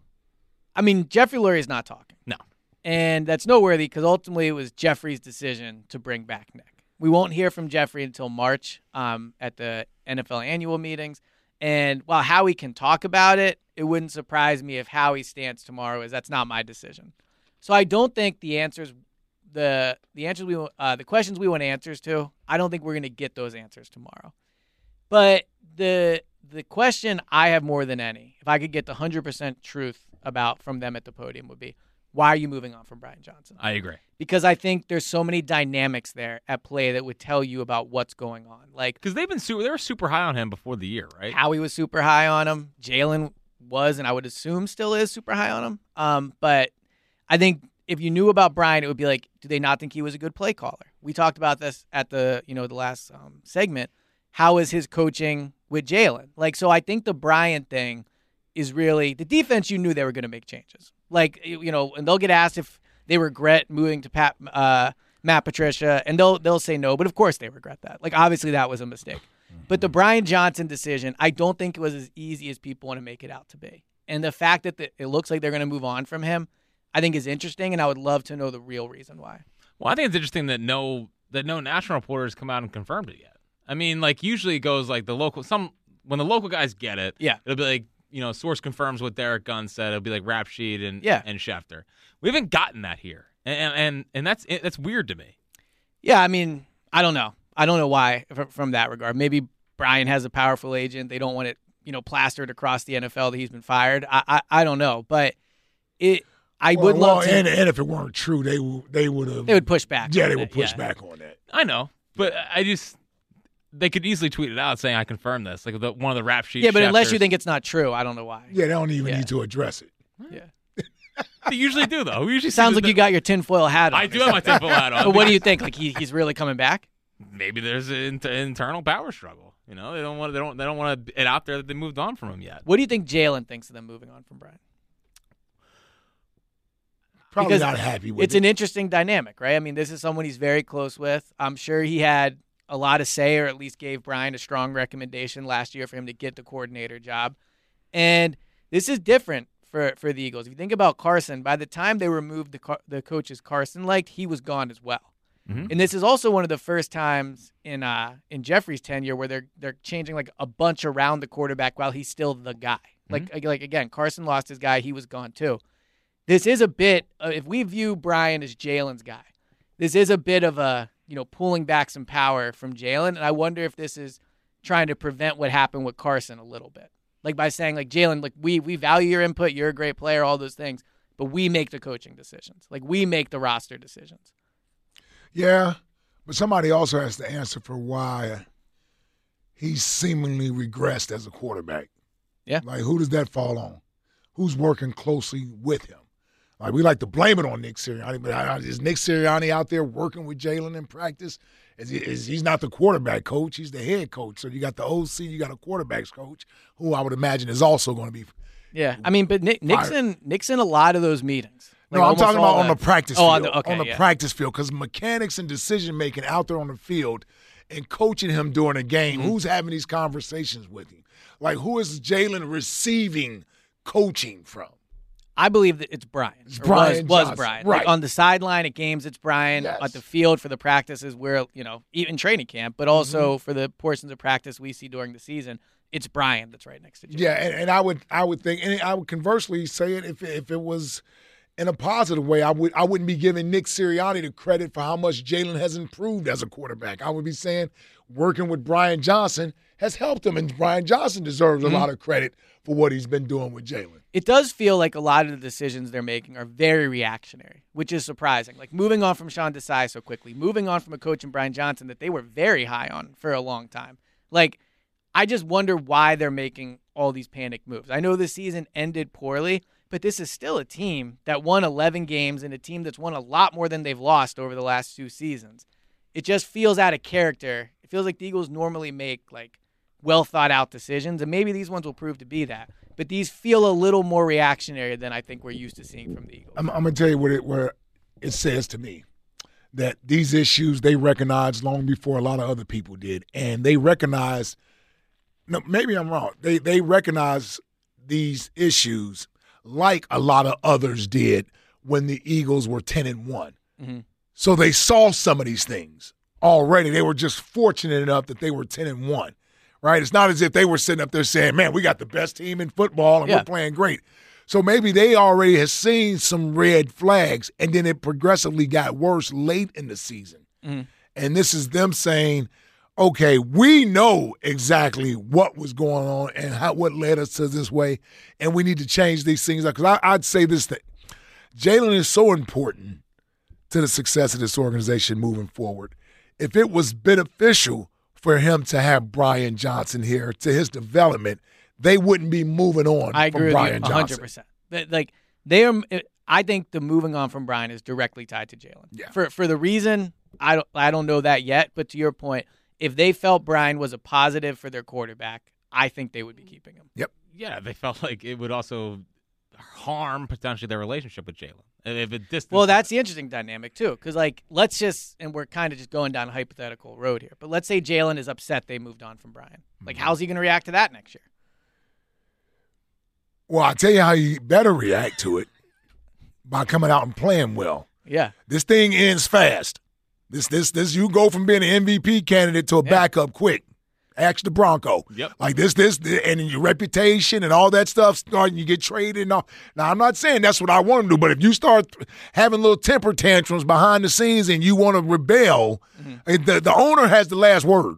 [SPEAKER 2] I mean, Jeffrey Lurie's not talking.
[SPEAKER 1] No.
[SPEAKER 2] And that's noteworthy because ultimately it was Jeffrey's decision to bring back Nick. We won't hear from Jeffrey until March um, at the NFL annual meetings. And while Howie can talk about it, it wouldn't surprise me if Howie's stance tomorrow is that's not my decision. So I don't think the answers, the the answers we want- uh, the questions we want answers to, I don't think we're going to get those answers tomorrow. But the the question I have more than any, if I could get the hundred percent truth about from them at the podium, would be why are you moving on from Brian Johnson?
[SPEAKER 1] I agree.
[SPEAKER 2] Because I think there's so many dynamics there at play that would tell you about what's going on. Like
[SPEAKER 1] Because they've been super, they were super high on him before the year, right?
[SPEAKER 2] Howie was super high on him. Jalen was, and I would assume still is super high on him. Um, but I think if you knew about Brian, it would be like, do they not think he was a good play caller? We talked about this at the you know the last um, segment. How is his coaching with Jalen? Like, so I think the Brian thing is really the defense. You knew they were going to make changes. Like you you know, and they'll get asked if they regret moving to Pat uh, Matt Patricia, and they'll they'll say no. But of course they regret that. Like obviously that was a mistake. But the Brian Johnson decision, I don't think it was as easy as people want to make it out to be. And the fact that the, it looks like they're going to move on from him, I think is interesting, and I would love to know the real reason why.
[SPEAKER 1] Well, I think it's interesting that no that no national reporter has come out and confirmed it yet. I mean, like usually it goes like the local some when the local guys get it.
[SPEAKER 2] Yeah.
[SPEAKER 1] it'll be like you know source confirms what Derek Gunn said. It'll be like rap sheet and
[SPEAKER 2] Yeah.
[SPEAKER 1] and Schefter. We haven't gotten that here, and and and that's that's weird to me.
[SPEAKER 2] Yeah, I mean, I don't know. I don't know why fr- from that regard. Maybe Brian has a powerful agent. They don't want it, you know, plastered across the NFL that he's been fired. I I, I don't know, but it. I
[SPEAKER 3] Well,
[SPEAKER 2] would
[SPEAKER 3] well,
[SPEAKER 2] love to.
[SPEAKER 3] And, and if it weren't true, they w- they would have.
[SPEAKER 2] they would push back.
[SPEAKER 3] Yeah,
[SPEAKER 2] on
[SPEAKER 3] they
[SPEAKER 2] it.
[SPEAKER 3] would push back on that.
[SPEAKER 1] I know, but I just they could easily tweet it out saying I confirm this. Like the, one of the rap sheet.
[SPEAKER 2] Yeah, but unless you
[SPEAKER 1] Schefters-
[SPEAKER 2] think it's not true, I don't know why.
[SPEAKER 3] Yeah, they don't even
[SPEAKER 2] Yeah.
[SPEAKER 3] need to address it.
[SPEAKER 1] they usually do though. We usually
[SPEAKER 2] It sounds
[SPEAKER 1] see
[SPEAKER 2] like
[SPEAKER 1] the-
[SPEAKER 2] you got your tinfoil hat on.
[SPEAKER 1] I
[SPEAKER 2] or
[SPEAKER 1] do have my
[SPEAKER 2] something.
[SPEAKER 1] tinfoil hat on.
[SPEAKER 2] [LAUGHS] But what
[SPEAKER 1] [LAUGHS]
[SPEAKER 2] do you think? Like he, he's really coming back?
[SPEAKER 1] Maybe there's an inter- internal power struggle. You know, they don't want they don't they don't want it out there that they moved on from him yet.
[SPEAKER 2] What do you think Jalen thinks of them moving on from Brian?
[SPEAKER 3] Probably
[SPEAKER 2] Because
[SPEAKER 3] not happy with
[SPEAKER 2] it's
[SPEAKER 3] it.
[SPEAKER 2] an interesting dynamic, right? I mean, this is someone he's very close with. I'm sure he had a lot to say, or at least gave Brian a strong recommendation last year for him to get the coordinator job. And this is different for for the Eagles. If you think about Carson, by the time they removed the car- the coaches Carson liked, he was gone as well.
[SPEAKER 1] Mhm.
[SPEAKER 2] And this is also one of the first times in uh, in Jeffrey's tenure where they're they're changing like a bunch around the quarterback while he's still the guy. Like like- like again, Carson lost his guy, he was gone too this is a bit uh, if we view Brian as Jalen's guy, this is a bit of a you know pulling back some power from Jalen, and I wonder if this is trying to prevent what happened with Carson a little bit, like by saying like Jalen, like we we value your input, you're a great player, all those things, but we make the coaching decisions, like we make the roster decisions.
[SPEAKER 3] Yeah, but somebody also has to answer for why he's seemingly regressed as a quarterback.
[SPEAKER 2] Yeah.
[SPEAKER 3] Like, who does that fall on? Who's working closely with him? Like, we like to blame it on Nick Sirianni, but I- I- is Nick Sirianni out there working with Jalen in practice? Is, he, is he's not the quarterback coach? He's the head coach. So you got the OC, you got a quarterbacks coach, who I would imagine is also going to be.
[SPEAKER 2] Yeah, I mean, but Nick, Nixon Nixon a lot of those meetings.
[SPEAKER 3] no, I'm talking about on the practice
[SPEAKER 2] Oh,
[SPEAKER 3] field.
[SPEAKER 2] on the- okay, yeah.
[SPEAKER 3] practice field, because mechanics and decision making out there on the field and coaching him during a game,
[SPEAKER 2] Mm-hmm.
[SPEAKER 3] who's having these conversations with him? Like, who is Jalen receiving coaching from?
[SPEAKER 2] I believe that it's Brian. or
[SPEAKER 3] Brian
[SPEAKER 2] was, was
[SPEAKER 3] Johnson,
[SPEAKER 2] Brian.
[SPEAKER 3] right.
[SPEAKER 2] Like on the sideline at games, it's Brian.
[SPEAKER 3] Yes.
[SPEAKER 2] At the field for the practices, where you know even training camp, but also
[SPEAKER 3] Mm-hmm.
[SPEAKER 2] for the portions of practice we see during the season, it's Brian that's right next to Jalen.
[SPEAKER 3] Yeah, and, and I would I would think, and I would conversely say it if if it was in a positive way, I would I wouldn't be giving Nick Sirianni the credit for how much Jalen has improved as a quarterback. I would be saying working with Brian Johnson has helped him, and Brian Johnson deserves a lot of credit for what he's been doing with Jalen.
[SPEAKER 2] It does feel like a lot of the decisions they're making are very reactionary, which is surprising. Like moving on from Sean Desai so quickly, moving on from a coach and Brian Johnson that they were very high on for a long time. Like, I just wonder why they're making all these panic moves. I know the season ended poorly, but this is still a team that won 11 games and a team that's won a lot more than they've lost over the last two seasons. It just feels out of character. It feels like the Eagles normally make like well thought out decisions, and maybe these ones will prove to be that. But these feel a little more reactionary than I think we're used to seeing from the Eagles.
[SPEAKER 3] I'm, I'm gonna tell you what it where it says to me that these issues they recognized long before a lot of other people did, and they recognized. No, maybe I'm wrong. They they recognized these issues like a lot of others did when the Eagles were ten and one.
[SPEAKER 2] Mhm.
[SPEAKER 3] So they saw some of these things already. They were just fortunate enough that they were ten and one. Right? It's not as if they were sitting up there saying, "Man, we got the best team in football and
[SPEAKER 2] Yeah.
[SPEAKER 3] we're playing great." So maybe they already had seen some red flags, and then it progressively got worse late in the season.
[SPEAKER 2] Mm-hmm.
[SPEAKER 3] And this is them saying, "Okay, we know exactly what was going on and how what led us to this way, and we need to change these things." Because I'd say this thing: Jalen is so important to the success of this organization moving forward. If it was beneficial for him to have Brian Johnson here to his development, they wouldn't be moving on
[SPEAKER 2] I agree
[SPEAKER 3] from
[SPEAKER 2] with
[SPEAKER 3] Brian
[SPEAKER 2] you
[SPEAKER 3] Johnson.
[SPEAKER 2] 100%. That, Like they are I think the moving on from Brian is directly tied to Jalen.
[SPEAKER 3] Yeah.
[SPEAKER 2] For for the reason I don't I don't know that yet, but to your point, if they felt Brian was a positive for their quarterback, I think they would be keeping him.
[SPEAKER 1] Yeah, they felt like it would also harm potentially their relationship with Jalen if it distance.
[SPEAKER 2] Well, that's the interesting dynamic too, because like let's just and we're kind of just going down a hypothetical road here, but let's say Jalen is upset they moved on from Brian. Like,
[SPEAKER 3] Mm-hmm.
[SPEAKER 2] how's he going to react to that next year?
[SPEAKER 3] Well, I tell you how you better react to it by coming out and playing well.
[SPEAKER 2] Yeah,
[SPEAKER 3] This thing ends fast. This this this you go from being an MVP candidate to a backup quick. Ask the Bronco.
[SPEAKER 1] Yep.
[SPEAKER 3] Like this, this, th- and your reputation and all that stuff starting, you get traded and all. Now, I'm not saying that's what I want to do, but if you start th- having little temper tantrums behind the scenes and you want to rebel, eh, the, the owner has the last word.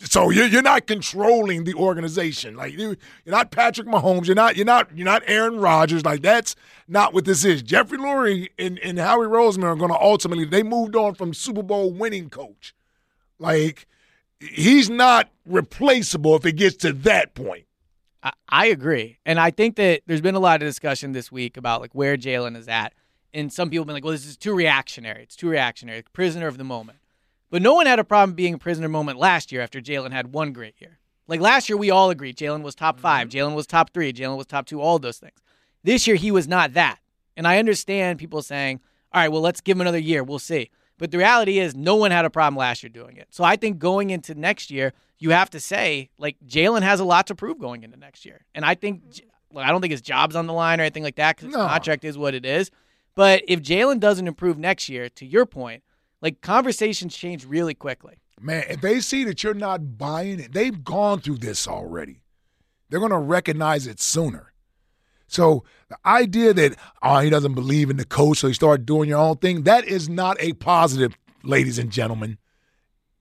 [SPEAKER 3] So you're, you're not controlling the organization. Like you, you're not Patrick Mahomes. You're not you're not you're not Aaron Rodgers. Like that's not what this is. Jeffrey Lurie and, and Howie Roseman are going to ultimately. They moved on from Super Bowl winning coach. Like he's not replaceable if it gets to that point.
[SPEAKER 2] I, I agree. And I think that there's been a lot of discussion this week about like where Jalen is at. And some people have been like, well, this is too reactionary. It's too reactionary. Prisoner of the moment. But no one had a problem being a prisoner moment last year after Jalen had one great year. Like last year, we all agreed Jalen was top five, Jalen was top three, Jalen was top two, all of those things. This year, he was not that. And I understand people saying, all right, well, let's give him another year. We'll see. But the reality is, no one had a problem last year doing it. So I think going into next year, you have to say, like, Jalen has a lot to prove going into next year. And I think, J- like, I don't think his job's on the line or anything like that because
[SPEAKER 3] No.
[SPEAKER 2] his contract is what it is. But if Jalen doesn't improve next year, to your point, like, conversations change really quickly.
[SPEAKER 3] Man, if they see that you're not buying it, they've gone through this already. They're going to recognize it sooner. So the idea that oh he doesn't believe in the coach, so he started doing your own thing, that is not a positive, ladies and gentlemen.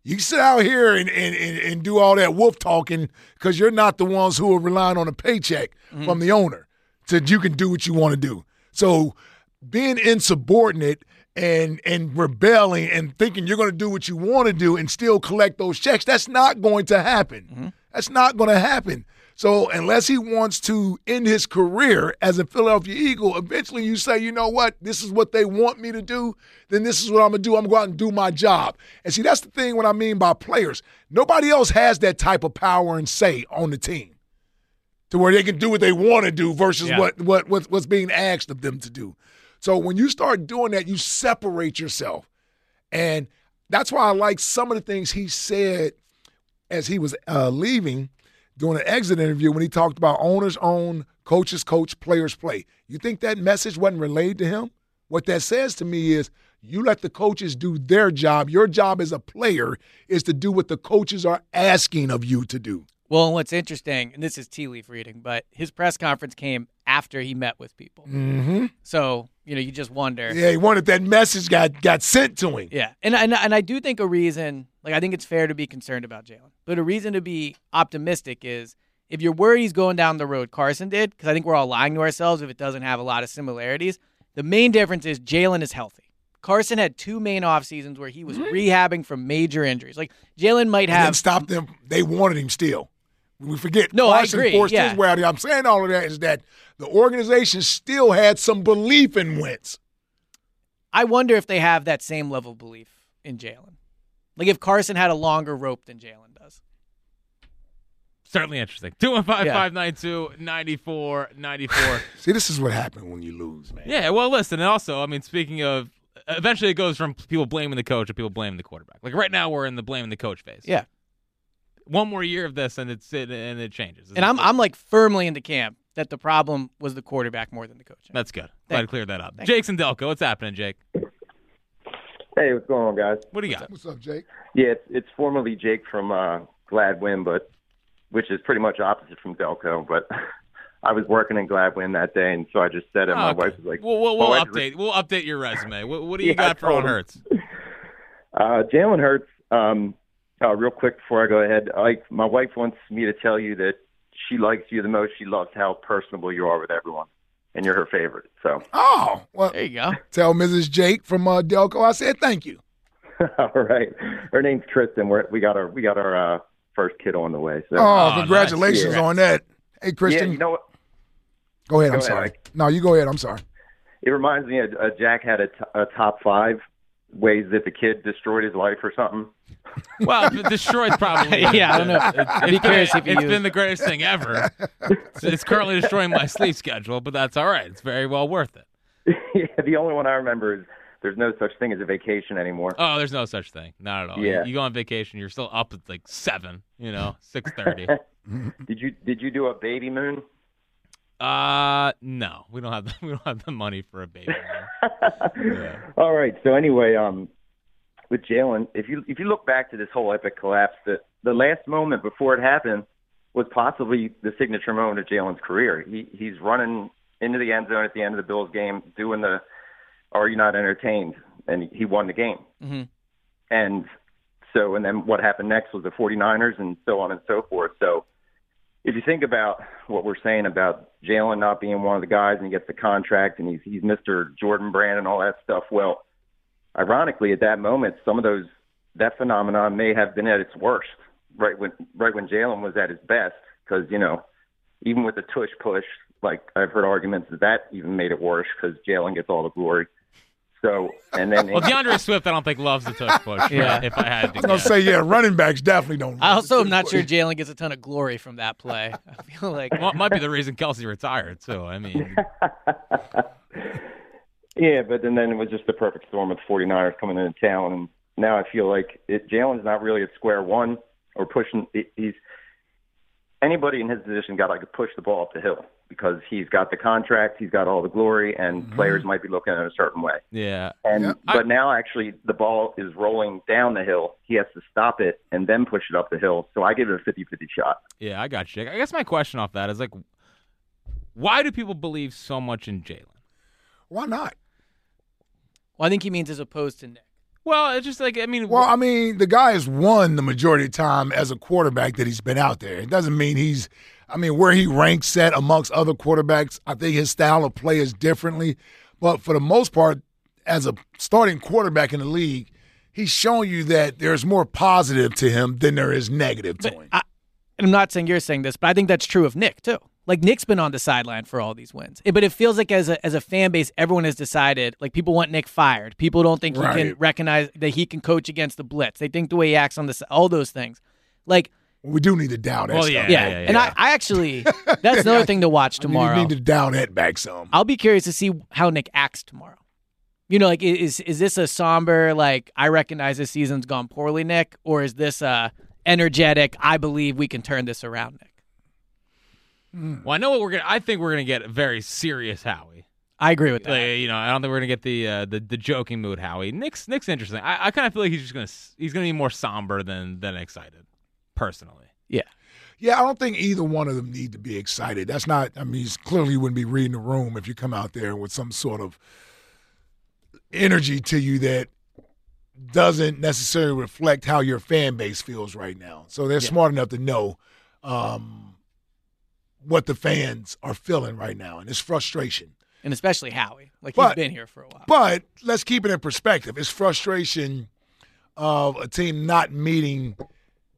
[SPEAKER 3] You can sit out here and and, and, and do all that wolf talking because you're not the ones who are relying on a paycheck from the owner. So you can do what you want to do. So being insubordinate and and rebelling and thinking you're going to do what you want to do and still collect those checks that's not going to happen that's not going to happen so unless he wants to end his career as a Philadelphia Eagle eventually you say you know what this is what they want me to do then this is what I'm going to do I'm going to go out and do my job and see that's the thing what I mean by players nobody else has that type of power and say on the team to where they can do what they want to do versus
[SPEAKER 1] Yeah.
[SPEAKER 3] what, what what what's being asked of them to do. So when you start doing that, you separate yourself, and that's why I like some of the things he said as he was uh, leaving during an exit interview when he talked about owners own, coaches coach, players play. You think that message wasn't relayed to him? What that says to me is you let the coaches do their job. Your job as a player is to do what the coaches are asking of you to do.
[SPEAKER 2] Well, and what's interesting, and this is tea leaf reading, but his press conference came after he met with people.
[SPEAKER 3] Mm-hmm.
[SPEAKER 2] So, you know, you just wonder.
[SPEAKER 3] Yeah, he wanted that message got got sent to him.
[SPEAKER 2] Yeah, and and and I do think a reason, like I think it's fair to be concerned about Jalen, but a reason to be optimistic is if you're worried he's going down the road Carson did, because I think we're all lying to ourselves if it doesn't have a lot of similarities. The main difference is Jalen is healthy. Carson had two main off seasons where he was
[SPEAKER 3] Mm-hmm.
[SPEAKER 2] rehabbing from major injuries. Like Jalen might
[SPEAKER 3] He didn't
[SPEAKER 2] have
[SPEAKER 3] stop them. They wanted him still. We forget.
[SPEAKER 2] No, I
[SPEAKER 3] Carson
[SPEAKER 2] agree,
[SPEAKER 3] forced
[SPEAKER 2] yeah.
[SPEAKER 3] his way out. I'm saying all of that is that the organization still had some belief in Wentz.
[SPEAKER 2] I wonder if they have that same level of belief in Jalen. Like if Carson had a longer rope than Jalen does.
[SPEAKER 1] Certainly interesting. 215-592-9494.
[SPEAKER 3] See, this is what happened when you lose, man.
[SPEAKER 1] [LAUGHS] yeah, well, listen, and also, I mean, speaking of, eventually it goes from people blaming the coach to people blaming the quarterback. Like right now, we're in the blaming the coach phase.
[SPEAKER 2] Yeah.
[SPEAKER 1] One more year of this, and it's it, and it changes.
[SPEAKER 2] And I'm I'm like firmly into camp that the problem was the quarterback more than the coach.
[SPEAKER 1] that's good. Glad to clear that up.
[SPEAKER 2] Thank-
[SPEAKER 1] Jake's and Delco, what's happening, Jake?
[SPEAKER 7] Hey, what's going on, guys?
[SPEAKER 1] What do you got?
[SPEAKER 3] What's up, Jake?
[SPEAKER 7] Yeah, it's, it's formerly Jake from uh, Gladwin, but which is pretty much opposite from Delco. But [LAUGHS] I was working in Gladwin that day, and so I just said it.
[SPEAKER 1] Oh,
[SPEAKER 7] my
[SPEAKER 1] okay.
[SPEAKER 7] wife was like,
[SPEAKER 1] we'll, we'll,
[SPEAKER 7] my
[SPEAKER 1] we'll
[SPEAKER 7] wife was like,
[SPEAKER 1] update. We'll update your resume.
[SPEAKER 7] [LAUGHS]
[SPEAKER 1] What, what do you
[SPEAKER 7] Yeah, I
[SPEAKER 1] got for on
[SPEAKER 7] told him.
[SPEAKER 1] Hurts?
[SPEAKER 7] Uh, Jalen Hurts. Um, uh, real quick before I go ahead, like my wife wants me to tell you that she likes you the most. She loves how personable you are with everyone, and you're her favorite. So, [LAUGHS]
[SPEAKER 3] Oh, well,
[SPEAKER 2] There you go.
[SPEAKER 3] tell Mrs. Jake from uh, Delco I said thank you.
[SPEAKER 7] all right. Her name's Tristan. We're, we got our we got our uh, first kid on the way. So,
[SPEAKER 3] Oh,
[SPEAKER 1] nice.
[SPEAKER 3] congratulations
[SPEAKER 7] Yeah.
[SPEAKER 3] on that. Hey,
[SPEAKER 7] yeah,
[SPEAKER 3] Christian,
[SPEAKER 7] you know what?
[SPEAKER 3] go ahead. I'm
[SPEAKER 7] go ahead,
[SPEAKER 3] sorry.
[SPEAKER 7] Ike.
[SPEAKER 3] No, you go ahead. I'm sorry.
[SPEAKER 7] It reminds me of uh, Jack had a, t- a top five ways that the kid destroyed his life or something. [LAUGHS]
[SPEAKER 1] Well, the destroyed probably. is.
[SPEAKER 2] [LAUGHS] Yeah, I don't know.
[SPEAKER 1] It's-
[SPEAKER 2] I'd be
[SPEAKER 1] it's
[SPEAKER 2] curious
[SPEAKER 1] been,
[SPEAKER 2] if you
[SPEAKER 1] it's
[SPEAKER 2] use-
[SPEAKER 1] been the greatest thing ever. It's, it's currently destroying my sleep schedule, but that's all right. It's very well worth it.
[SPEAKER 7] yeah, the only one I remember is there's no such thing as a vacation anymore.
[SPEAKER 1] Oh, there's no such thing. Not at all. You-
[SPEAKER 7] Yeah.
[SPEAKER 1] You, go on vacation, you're still up at like seven. You know,
[SPEAKER 7] [LAUGHS]
[SPEAKER 1] six thirty.
[SPEAKER 7] Did you did you do a baby moon?
[SPEAKER 1] uh, no, we don't have the, [LAUGHS] we don't have the money for a baby. man.
[SPEAKER 7] [LAUGHS] All right. So anyway, um, with Jalen, if you if you look back to this whole epic collapse that
[SPEAKER 4] the last moment before it happened was possibly the signature moment of Jalen's career. He he's running into the end zone at the end of the Bills game, doing the "Are you not entertained?" and he won the game.
[SPEAKER 2] Mm-hmm.
[SPEAKER 4] And so, and then what happened next was the 49ers and so on and so forth. So, if you think about what we're saying about Jalen not being one of the guys and he gets the contract and he's, he's Mr. Jordan Brand and all that stuff, well, ironically, at that moment, some of those, that phenomenon may have been at its worst, right when, right when Jalen was at his best, because, you know, even with the tush push, like I've heard arguments that that even made it worse because Jalen gets all the glory. So, and then
[SPEAKER 1] Well, DeAndre Swift, I don't think loves the touch push.
[SPEAKER 3] Yeah.
[SPEAKER 1] yeah. If I had to
[SPEAKER 3] I was
[SPEAKER 1] guess.
[SPEAKER 3] gonna say, yeah, running backs definitely don't.
[SPEAKER 2] [LAUGHS] I also am not sure Jalen gets a ton of glory from that play. [LAUGHS] I feel like
[SPEAKER 1] Well, it might be the reason Kelsey retired too. I mean,
[SPEAKER 4] Yeah, but then then it was just the perfect storm with 49ers coming into town, and now I feel like it, Jalen's not really at square one or pushing. he- He's anybody in his position got to push the ball up the hill because he's got the contract, he's got all the glory, and players might be looking at it a certain way.
[SPEAKER 1] yeah.
[SPEAKER 4] And
[SPEAKER 3] Yep.
[SPEAKER 4] but now actually the ball is rolling down the hill. He has to stop it and then push it up the hill. So I give it a 50-50 shot.
[SPEAKER 1] Yeah, I got you. I guess my question off that is like, why do people believe so much in Jalen?
[SPEAKER 3] Why not?
[SPEAKER 2] Well, I think he means as opposed to Nick.
[SPEAKER 1] Well, it's just like I mean,
[SPEAKER 3] Well, I mean, the guy has won the majority of time as a quarterback that he's been out there. It doesn't mean he's, I mean, where he ranks at amongst other quarterbacks, I think his style of play is differently. But for the most part, as a starting quarterback in the league, he's shown you that there's more positive to him than there is negative to
[SPEAKER 2] But
[SPEAKER 3] him.
[SPEAKER 2] I, and I'm not saying you're saying this, but I think that's true of Nick too. Like Nick's been on the sideline for all these wins, It- but it feels like as a as a fan base, everyone has decided like people want Nick fired. People don't think he can
[SPEAKER 3] Right.
[SPEAKER 2] recognize that he can coach against the blitz. They think the way he acts on the si- all those things. Like
[SPEAKER 3] We do need to down that.
[SPEAKER 1] Well,
[SPEAKER 3] some.
[SPEAKER 1] yeah,
[SPEAKER 2] yeah, and I, I
[SPEAKER 3] [LAUGHS]
[SPEAKER 2] actually that's another thing to watch
[SPEAKER 3] I mean, you
[SPEAKER 2] tomorrow. Uh,
[SPEAKER 3] need to down that back some.
[SPEAKER 2] I'll be curious to see how Nick acts tomorrow. You know, like i- is is this a somber like I recognize this season's gone poorly, Nick, or is this a energetic I believe we can turn this around, Nick?
[SPEAKER 1] well, I know what we're gonna. I think we're gonna get a very serious Howie.
[SPEAKER 2] I agree with that.
[SPEAKER 1] Like, you know, I don't think we're gonna get the uh, the, the joking mood Howie. Nick's Nick's interesting. I, I kind of feel like he's just gonna s- he's gonna be more somber than than excited, personally.
[SPEAKER 3] Yeah, I don't think either one of them need to be excited. That's not. I mean, it's clearly you wouldn't be reading the room if you come out there with some sort of energy to you that doesn't necessarily reflect how your fan base feels right now. So they're smart enough to know um, what the fans are feeling right now, and it's frustration.
[SPEAKER 2] and especially Howie. Like
[SPEAKER 3] But-
[SPEAKER 2] he's been here for a while.
[SPEAKER 3] But let's keep it in perspective. It's frustration of a team not meeting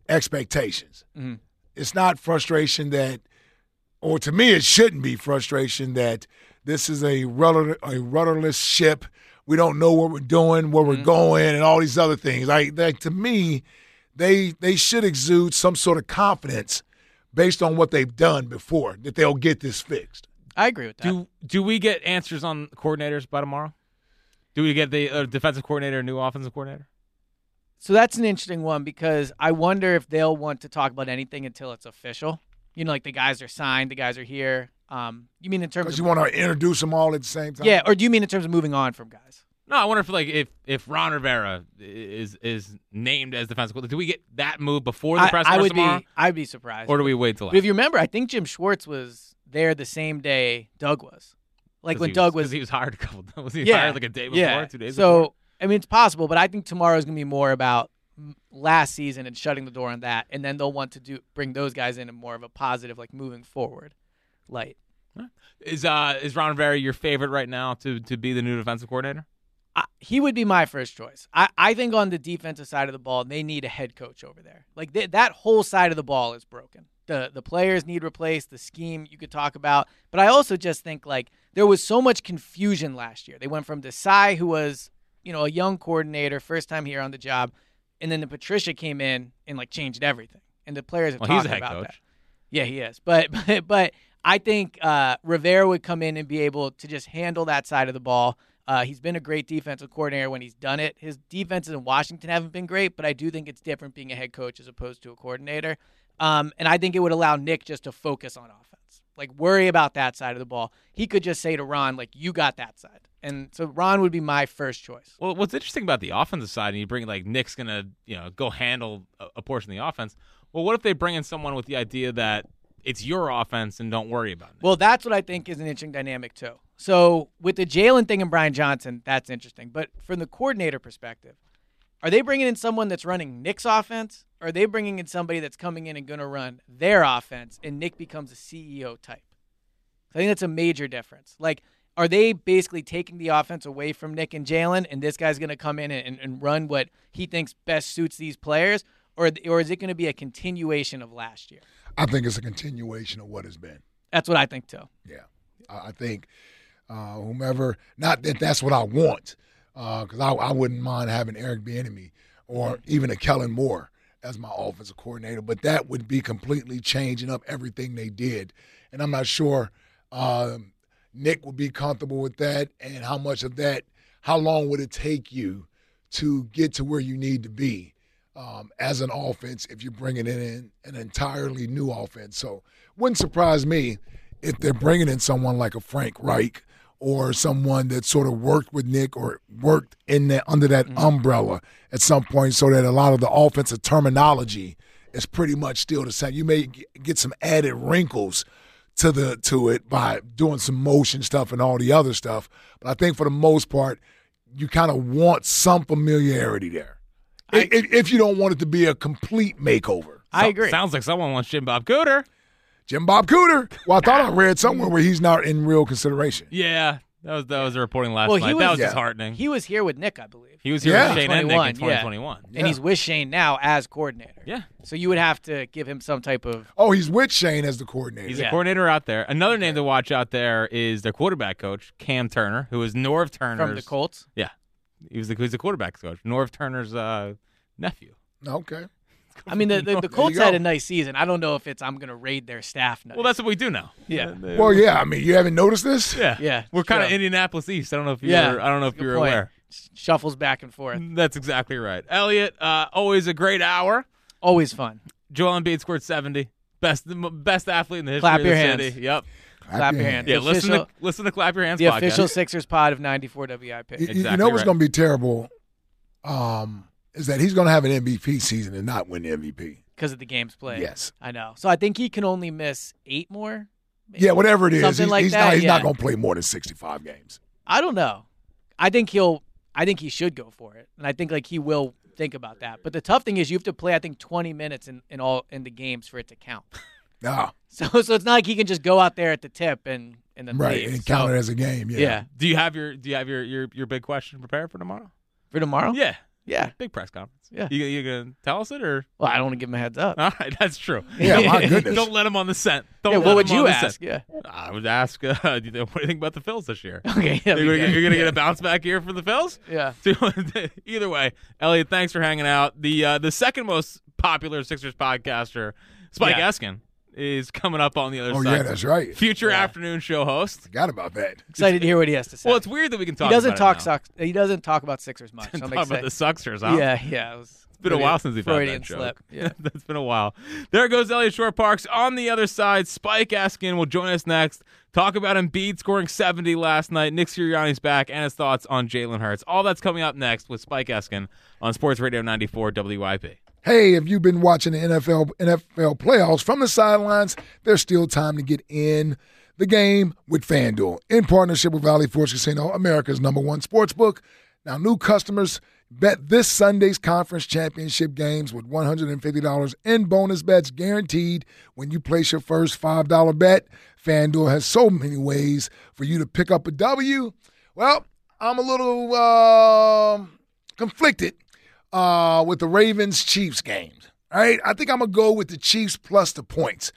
[SPEAKER 3] expectations.
[SPEAKER 2] Mhm.
[SPEAKER 3] It's not frustration that, or to me, it shouldn't be frustration that this is a rudder, a rudderless ship. We don't know what we're doing, where we're going, and all these other things. Like, like to me, they they should exude some sort of confidence based on what they've done before that they'll get this fixed.
[SPEAKER 2] I agree with that.
[SPEAKER 1] Do do we get answers on coordinators by tomorrow? Do we get the uh, defensive coordinator, new offensive coordinator?
[SPEAKER 2] so that's an interesting one because I wonder if they'll want to talk about anything until it's official. You know, like the guys are signed, the guys are here. Um, you mean in terms
[SPEAKER 3] Because
[SPEAKER 2] of
[SPEAKER 3] you want to introduce them all at the same time.
[SPEAKER 2] yeah, or do you mean in terms of moving on from guys?
[SPEAKER 1] No, I wonder if like if if Ron Rivera i- is is named as defensive coordinator, do we get that move before the
[SPEAKER 2] I,
[SPEAKER 1] press
[SPEAKER 2] I
[SPEAKER 1] conference
[SPEAKER 2] would
[SPEAKER 1] tomorrow,
[SPEAKER 2] be I'd be surprised.
[SPEAKER 1] or do we wait till
[SPEAKER 2] but if you remember, I think Jim Schwartz was there the same day Doug was. Like when Doug was
[SPEAKER 1] he was hired a couple [LAUGHS] was he
[SPEAKER 2] yeah,
[SPEAKER 1] hired like a day before,
[SPEAKER 2] yeah.
[SPEAKER 1] two days
[SPEAKER 2] So
[SPEAKER 1] before?
[SPEAKER 2] I mean, it's possible, but I think tomorrow's gonna be more about m- last season and shutting the door on that, and then they'll want to do bring those guys in in more of a positive, like moving forward, light.
[SPEAKER 1] Is uh is Ron Rivera your favorite right now to to be the new defensive coordinator?
[SPEAKER 2] I, he would be my first choice. I, I think on the defensive side of the ball, they need a head coach over there. Like th- that whole side of the ball is broken. The the players need replaced. The scheme you could talk about, but I also just think like there was so much confusion last year. They went from Desai, who was you know a young coordinator, first time here on the job, and then the Patricia came in and like changed everything. And the players have
[SPEAKER 1] Well,
[SPEAKER 2] talked
[SPEAKER 1] he's a head
[SPEAKER 2] about
[SPEAKER 1] coach.
[SPEAKER 2] that. Yeah, he is. But [LAUGHS] but, but I think uh, Rivera would come in and be able to just handle that side of the ball. Uh, he's been a great defensive coordinator when he's done it. His defenses in Washington haven't been great, but I do think it's different being a head coach as opposed to a coordinator. Um, and I think it would allow Nick just to focus on offense. Like worry about that side of the ball. He could just say to Ron, like, you got that side. And so Ron would be my first choice.
[SPEAKER 1] Well, what's interesting about the offensive side, and you bring like Nick's gonna, you know, go handle a, a portion of the offense. Well, what if they bring in someone with the idea that it's your offense and don't worry about it?
[SPEAKER 2] Well, that's what I think is an interesting dynamic too. So with the Jalen thing and Brian Johnson, that's interesting. But from the coordinator perspective, are they bringing in someone that's running Nick's offense? Or are they bringing in somebody that's coming in and going to run their offense, and Nick becomes a CEO type? So I think that's a major difference. Like, are they basically taking the offense away from Nick and Jalen, and this guy's going to come in and, and run what he thinks best suits these players, or or is it going to be a continuation of last year?
[SPEAKER 3] I think it's a continuation of what has been.
[SPEAKER 2] That's what I think too.
[SPEAKER 3] Yeah, I I think uh, whomever. Not that that's what I want, because I, I wouldn't mind having Eric Bieniemy or even a Kellen Moore as my offensive coordinator, but that would be completely changing up everything they did, and I'm not sure um, Nick would be comfortable with that, and how much of that, how long would it take you to get to where you need to be? Um, as an offense, if you're bringing in an entirely new offense, so wouldn't surprise me if they're bringing in someone like a Frank Reich or someone that sort of worked with Nick or worked in that under that umbrella at some point, so that a lot of the offensive terminology is pretty much still the same. You may g- get some added wrinkles to the to it by doing some motion stuff and all the other stuff, but I think for the most part, you kind of want some familiarity there. I, if, if you don't want it to be a complete makeover,
[SPEAKER 2] I agree.
[SPEAKER 1] Sounds like someone wants Jim Bob Cooter.
[SPEAKER 3] Jim Bob Cooter. Well, I thought I read somewhere where he's not in real consideration.
[SPEAKER 1] Yeah, that was that was the reporting last night. that was disheartening. He,
[SPEAKER 2] He was here with Nick, I believe.
[SPEAKER 1] was here
[SPEAKER 3] Yeah.
[SPEAKER 1] with Shane and Nick
[SPEAKER 2] 21,
[SPEAKER 1] in 2021.
[SPEAKER 2] And he's with Shane now as coordinator.
[SPEAKER 1] Yeah.
[SPEAKER 2] So you would have to give him some type of
[SPEAKER 3] Oh, he's with Shane as the coordinator.
[SPEAKER 1] He's a coordinator out there. Another name to watch out there is their quarterback coach, Cam Turner, who is Norv Turner's.
[SPEAKER 2] from
[SPEAKER 1] [LAUGHS]
[SPEAKER 2] the Colts.
[SPEAKER 1] Yeah, he was the he's the quarterback coach, Norv Turner's uh, nephew.
[SPEAKER 3] Okay.
[SPEAKER 2] I mean, the, the, the
[SPEAKER 3] you
[SPEAKER 2] Colts
[SPEAKER 3] go.
[SPEAKER 2] had a nice season. I don't know if it's I'm going to raid their staff. Nice.
[SPEAKER 1] Well, that's what we do now.
[SPEAKER 2] Yeah.
[SPEAKER 3] Well, yeah. I mean, you haven't noticed this?
[SPEAKER 1] yeah,
[SPEAKER 2] yeah,
[SPEAKER 1] We're kind of
[SPEAKER 2] true.
[SPEAKER 1] Indianapolis East. I don't know if you're.
[SPEAKER 2] Yeah,
[SPEAKER 1] I don't know if
[SPEAKER 2] that's a good
[SPEAKER 1] you're
[SPEAKER 2] point.
[SPEAKER 1] aware.
[SPEAKER 2] Shuffles back and forth.
[SPEAKER 1] That's exactly right, Elliot. Uh, always a great hour.
[SPEAKER 2] Always fun.
[SPEAKER 1] Joel Embiid scored seventy. Best the m- best athlete in the history
[SPEAKER 2] Clap
[SPEAKER 1] of
[SPEAKER 2] your
[SPEAKER 1] the
[SPEAKER 2] hands.
[SPEAKER 1] city. Yep.
[SPEAKER 2] Clap your hands.
[SPEAKER 1] Yeah.
[SPEAKER 2] The
[SPEAKER 1] listen
[SPEAKER 2] official-
[SPEAKER 1] to listen to clap your hands.
[SPEAKER 2] the
[SPEAKER 1] podcast.
[SPEAKER 2] official Sixers pod of 94 WIP.
[SPEAKER 3] You, you- you know
[SPEAKER 1] Exactly
[SPEAKER 3] what's
[SPEAKER 1] right.
[SPEAKER 3] going to be terrible um, is that he's going to have an MVP season and not win the MVP.
[SPEAKER 2] because of the games played.
[SPEAKER 3] Yes.
[SPEAKER 2] I know. So I think he can only miss eight more. maybe?
[SPEAKER 3] Yeah, whatever it is,
[SPEAKER 2] Something
[SPEAKER 3] he's,
[SPEAKER 2] like
[SPEAKER 3] he's
[SPEAKER 2] that,
[SPEAKER 3] not, he's
[SPEAKER 2] yeah.
[SPEAKER 3] not going to play more than sixty-five games.
[SPEAKER 2] I don't know. I think he'll. I think he should go for it, and I think like he will think about that. But the tough thing is you have to play. I think 20 minutes in, in all in the games for it to count. [LAUGHS]
[SPEAKER 3] No,
[SPEAKER 2] So so it's not like he can just go out there at the tip and and then
[SPEAKER 3] right,
[SPEAKER 2] leave.
[SPEAKER 3] and
[SPEAKER 2] So-
[SPEAKER 3] count it as a game. Yeah,
[SPEAKER 2] yeah.
[SPEAKER 1] Do you have your Do you have your your, your big question prepared for tomorrow?
[SPEAKER 2] for tomorrow.
[SPEAKER 1] Yeah.
[SPEAKER 2] yeah.
[SPEAKER 1] Big press conference.
[SPEAKER 2] Yeah.
[SPEAKER 1] You you gonna tell us it or? [LAUGHS]
[SPEAKER 2] Well, I don't want to give him a heads up.
[SPEAKER 1] All right, that's true.
[SPEAKER 3] Yeah, my goodness.
[SPEAKER 1] Don't let him on the scent. Don't
[SPEAKER 2] yeah,
[SPEAKER 1] let
[SPEAKER 2] what would
[SPEAKER 1] him
[SPEAKER 2] you
[SPEAKER 1] on the
[SPEAKER 2] ask?
[SPEAKER 1] scent.
[SPEAKER 2] Yeah. [LAUGHS]
[SPEAKER 1] I would ask, [LAUGHS] uh, do you think- what do you think about the Phils this year?
[SPEAKER 2] Okay. that'd
[SPEAKER 1] You're
[SPEAKER 2] be
[SPEAKER 1] gonna,
[SPEAKER 2] good.
[SPEAKER 1] you're gonna get a bounce back here for the Phils. [LAUGHS]
[SPEAKER 2] [LAUGHS] Yeah.
[SPEAKER 1] So, Either way, Elliot, thanks for hanging out. The uh, the second most popular Sixers podcaster, Spike
[SPEAKER 2] Yeah.
[SPEAKER 1] Eskin, is coming up on the other
[SPEAKER 3] Oh
[SPEAKER 1] side.
[SPEAKER 3] yeah, that's right.
[SPEAKER 1] Future afternoon show host.
[SPEAKER 3] Forgot about that.
[SPEAKER 2] Excited to hear what he has to say.
[SPEAKER 1] Well, it's weird that we can talk.
[SPEAKER 2] he doesn't
[SPEAKER 1] about
[SPEAKER 2] talk
[SPEAKER 1] it now.
[SPEAKER 2] Sox, he doesn't talk about
[SPEAKER 1] [LAUGHS]
[SPEAKER 2] Sixers much. So I'm
[SPEAKER 1] Talk about
[SPEAKER 2] excited.
[SPEAKER 1] the Suxers, huh?
[SPEAKER 2] Yeah, yeah. It was
[SPEAKER 1] It's been a while sinve we've had
[SPEAKER 2] Freudian
[SPEAKER 1] that joke. [LAUGHS]
[SPEAKER 2] slip. Yeah.
[SPEAKER 1] That's been a while. There goes Elliot Shore Parks on the other side. Spike Askin will join us next. Talk about Embiid scoring 70 last night. Nick Sirianni's back and his thoughts on Jalen Hurts. All that's coming up next with Spike Askin on Sports Radio 94 WIP.
[SPEAKER 3] Hey, if you've been watching the NFL NFL playoffs from the sidelines, there's still time to get in the game with FanDuel in partnership with Valley Forge Casino, America's number one sports book. Now, new customers bet this Sunday's conference championship games with $150 in bonus bets guaranteed when you place your first $5 bet. FanDuel has so many ways for you to pick up a W. Well, I'm a little um conflicted uh, with the Ravens Chiefs games. All right, I think I'm gonna go with the Chiefs plus the points.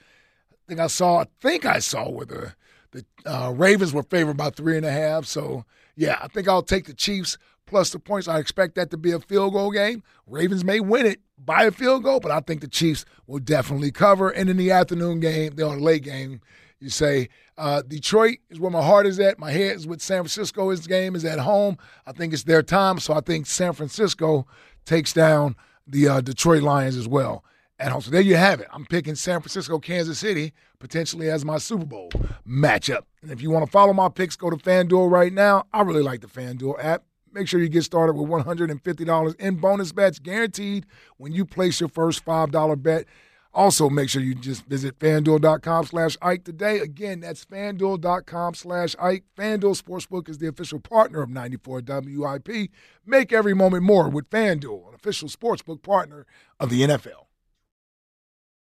[SPEAKER 3] I think I saw. I think I saw where the the uh, Ravens were favored by three and a half. So yeah, I think I'll take the Chiefs plus the points. I expect that to be a field goal game. Ravens may win it by a field goal, but I think the Chiefs will definitely cover. And in the afternoon game, the late game, you say uh, Detroit is where my heart is at. My head is with San Francisco. His game is at home. I think it's their time, so I think San Francisco takes down the uh, Detroit Lions as well at home. So there you have it. I'm picking San Francisco, Kansas City potentially as my Super Bowl matchup. And if you want to follow my picks, go to FanDuel right now. I really like the FanDuel app. Make sure you get started with $150 in bonus bets guaranteed when you place your first $5 bet. Also, make sure you just visit fanduel.com slash Ike today. Again, that's fanduel.com slash Ike. Fanduel Sportsbook is the official partner of 94 WIP. Make every moment more with Fanduel, an official sportsbook partner of the NFL.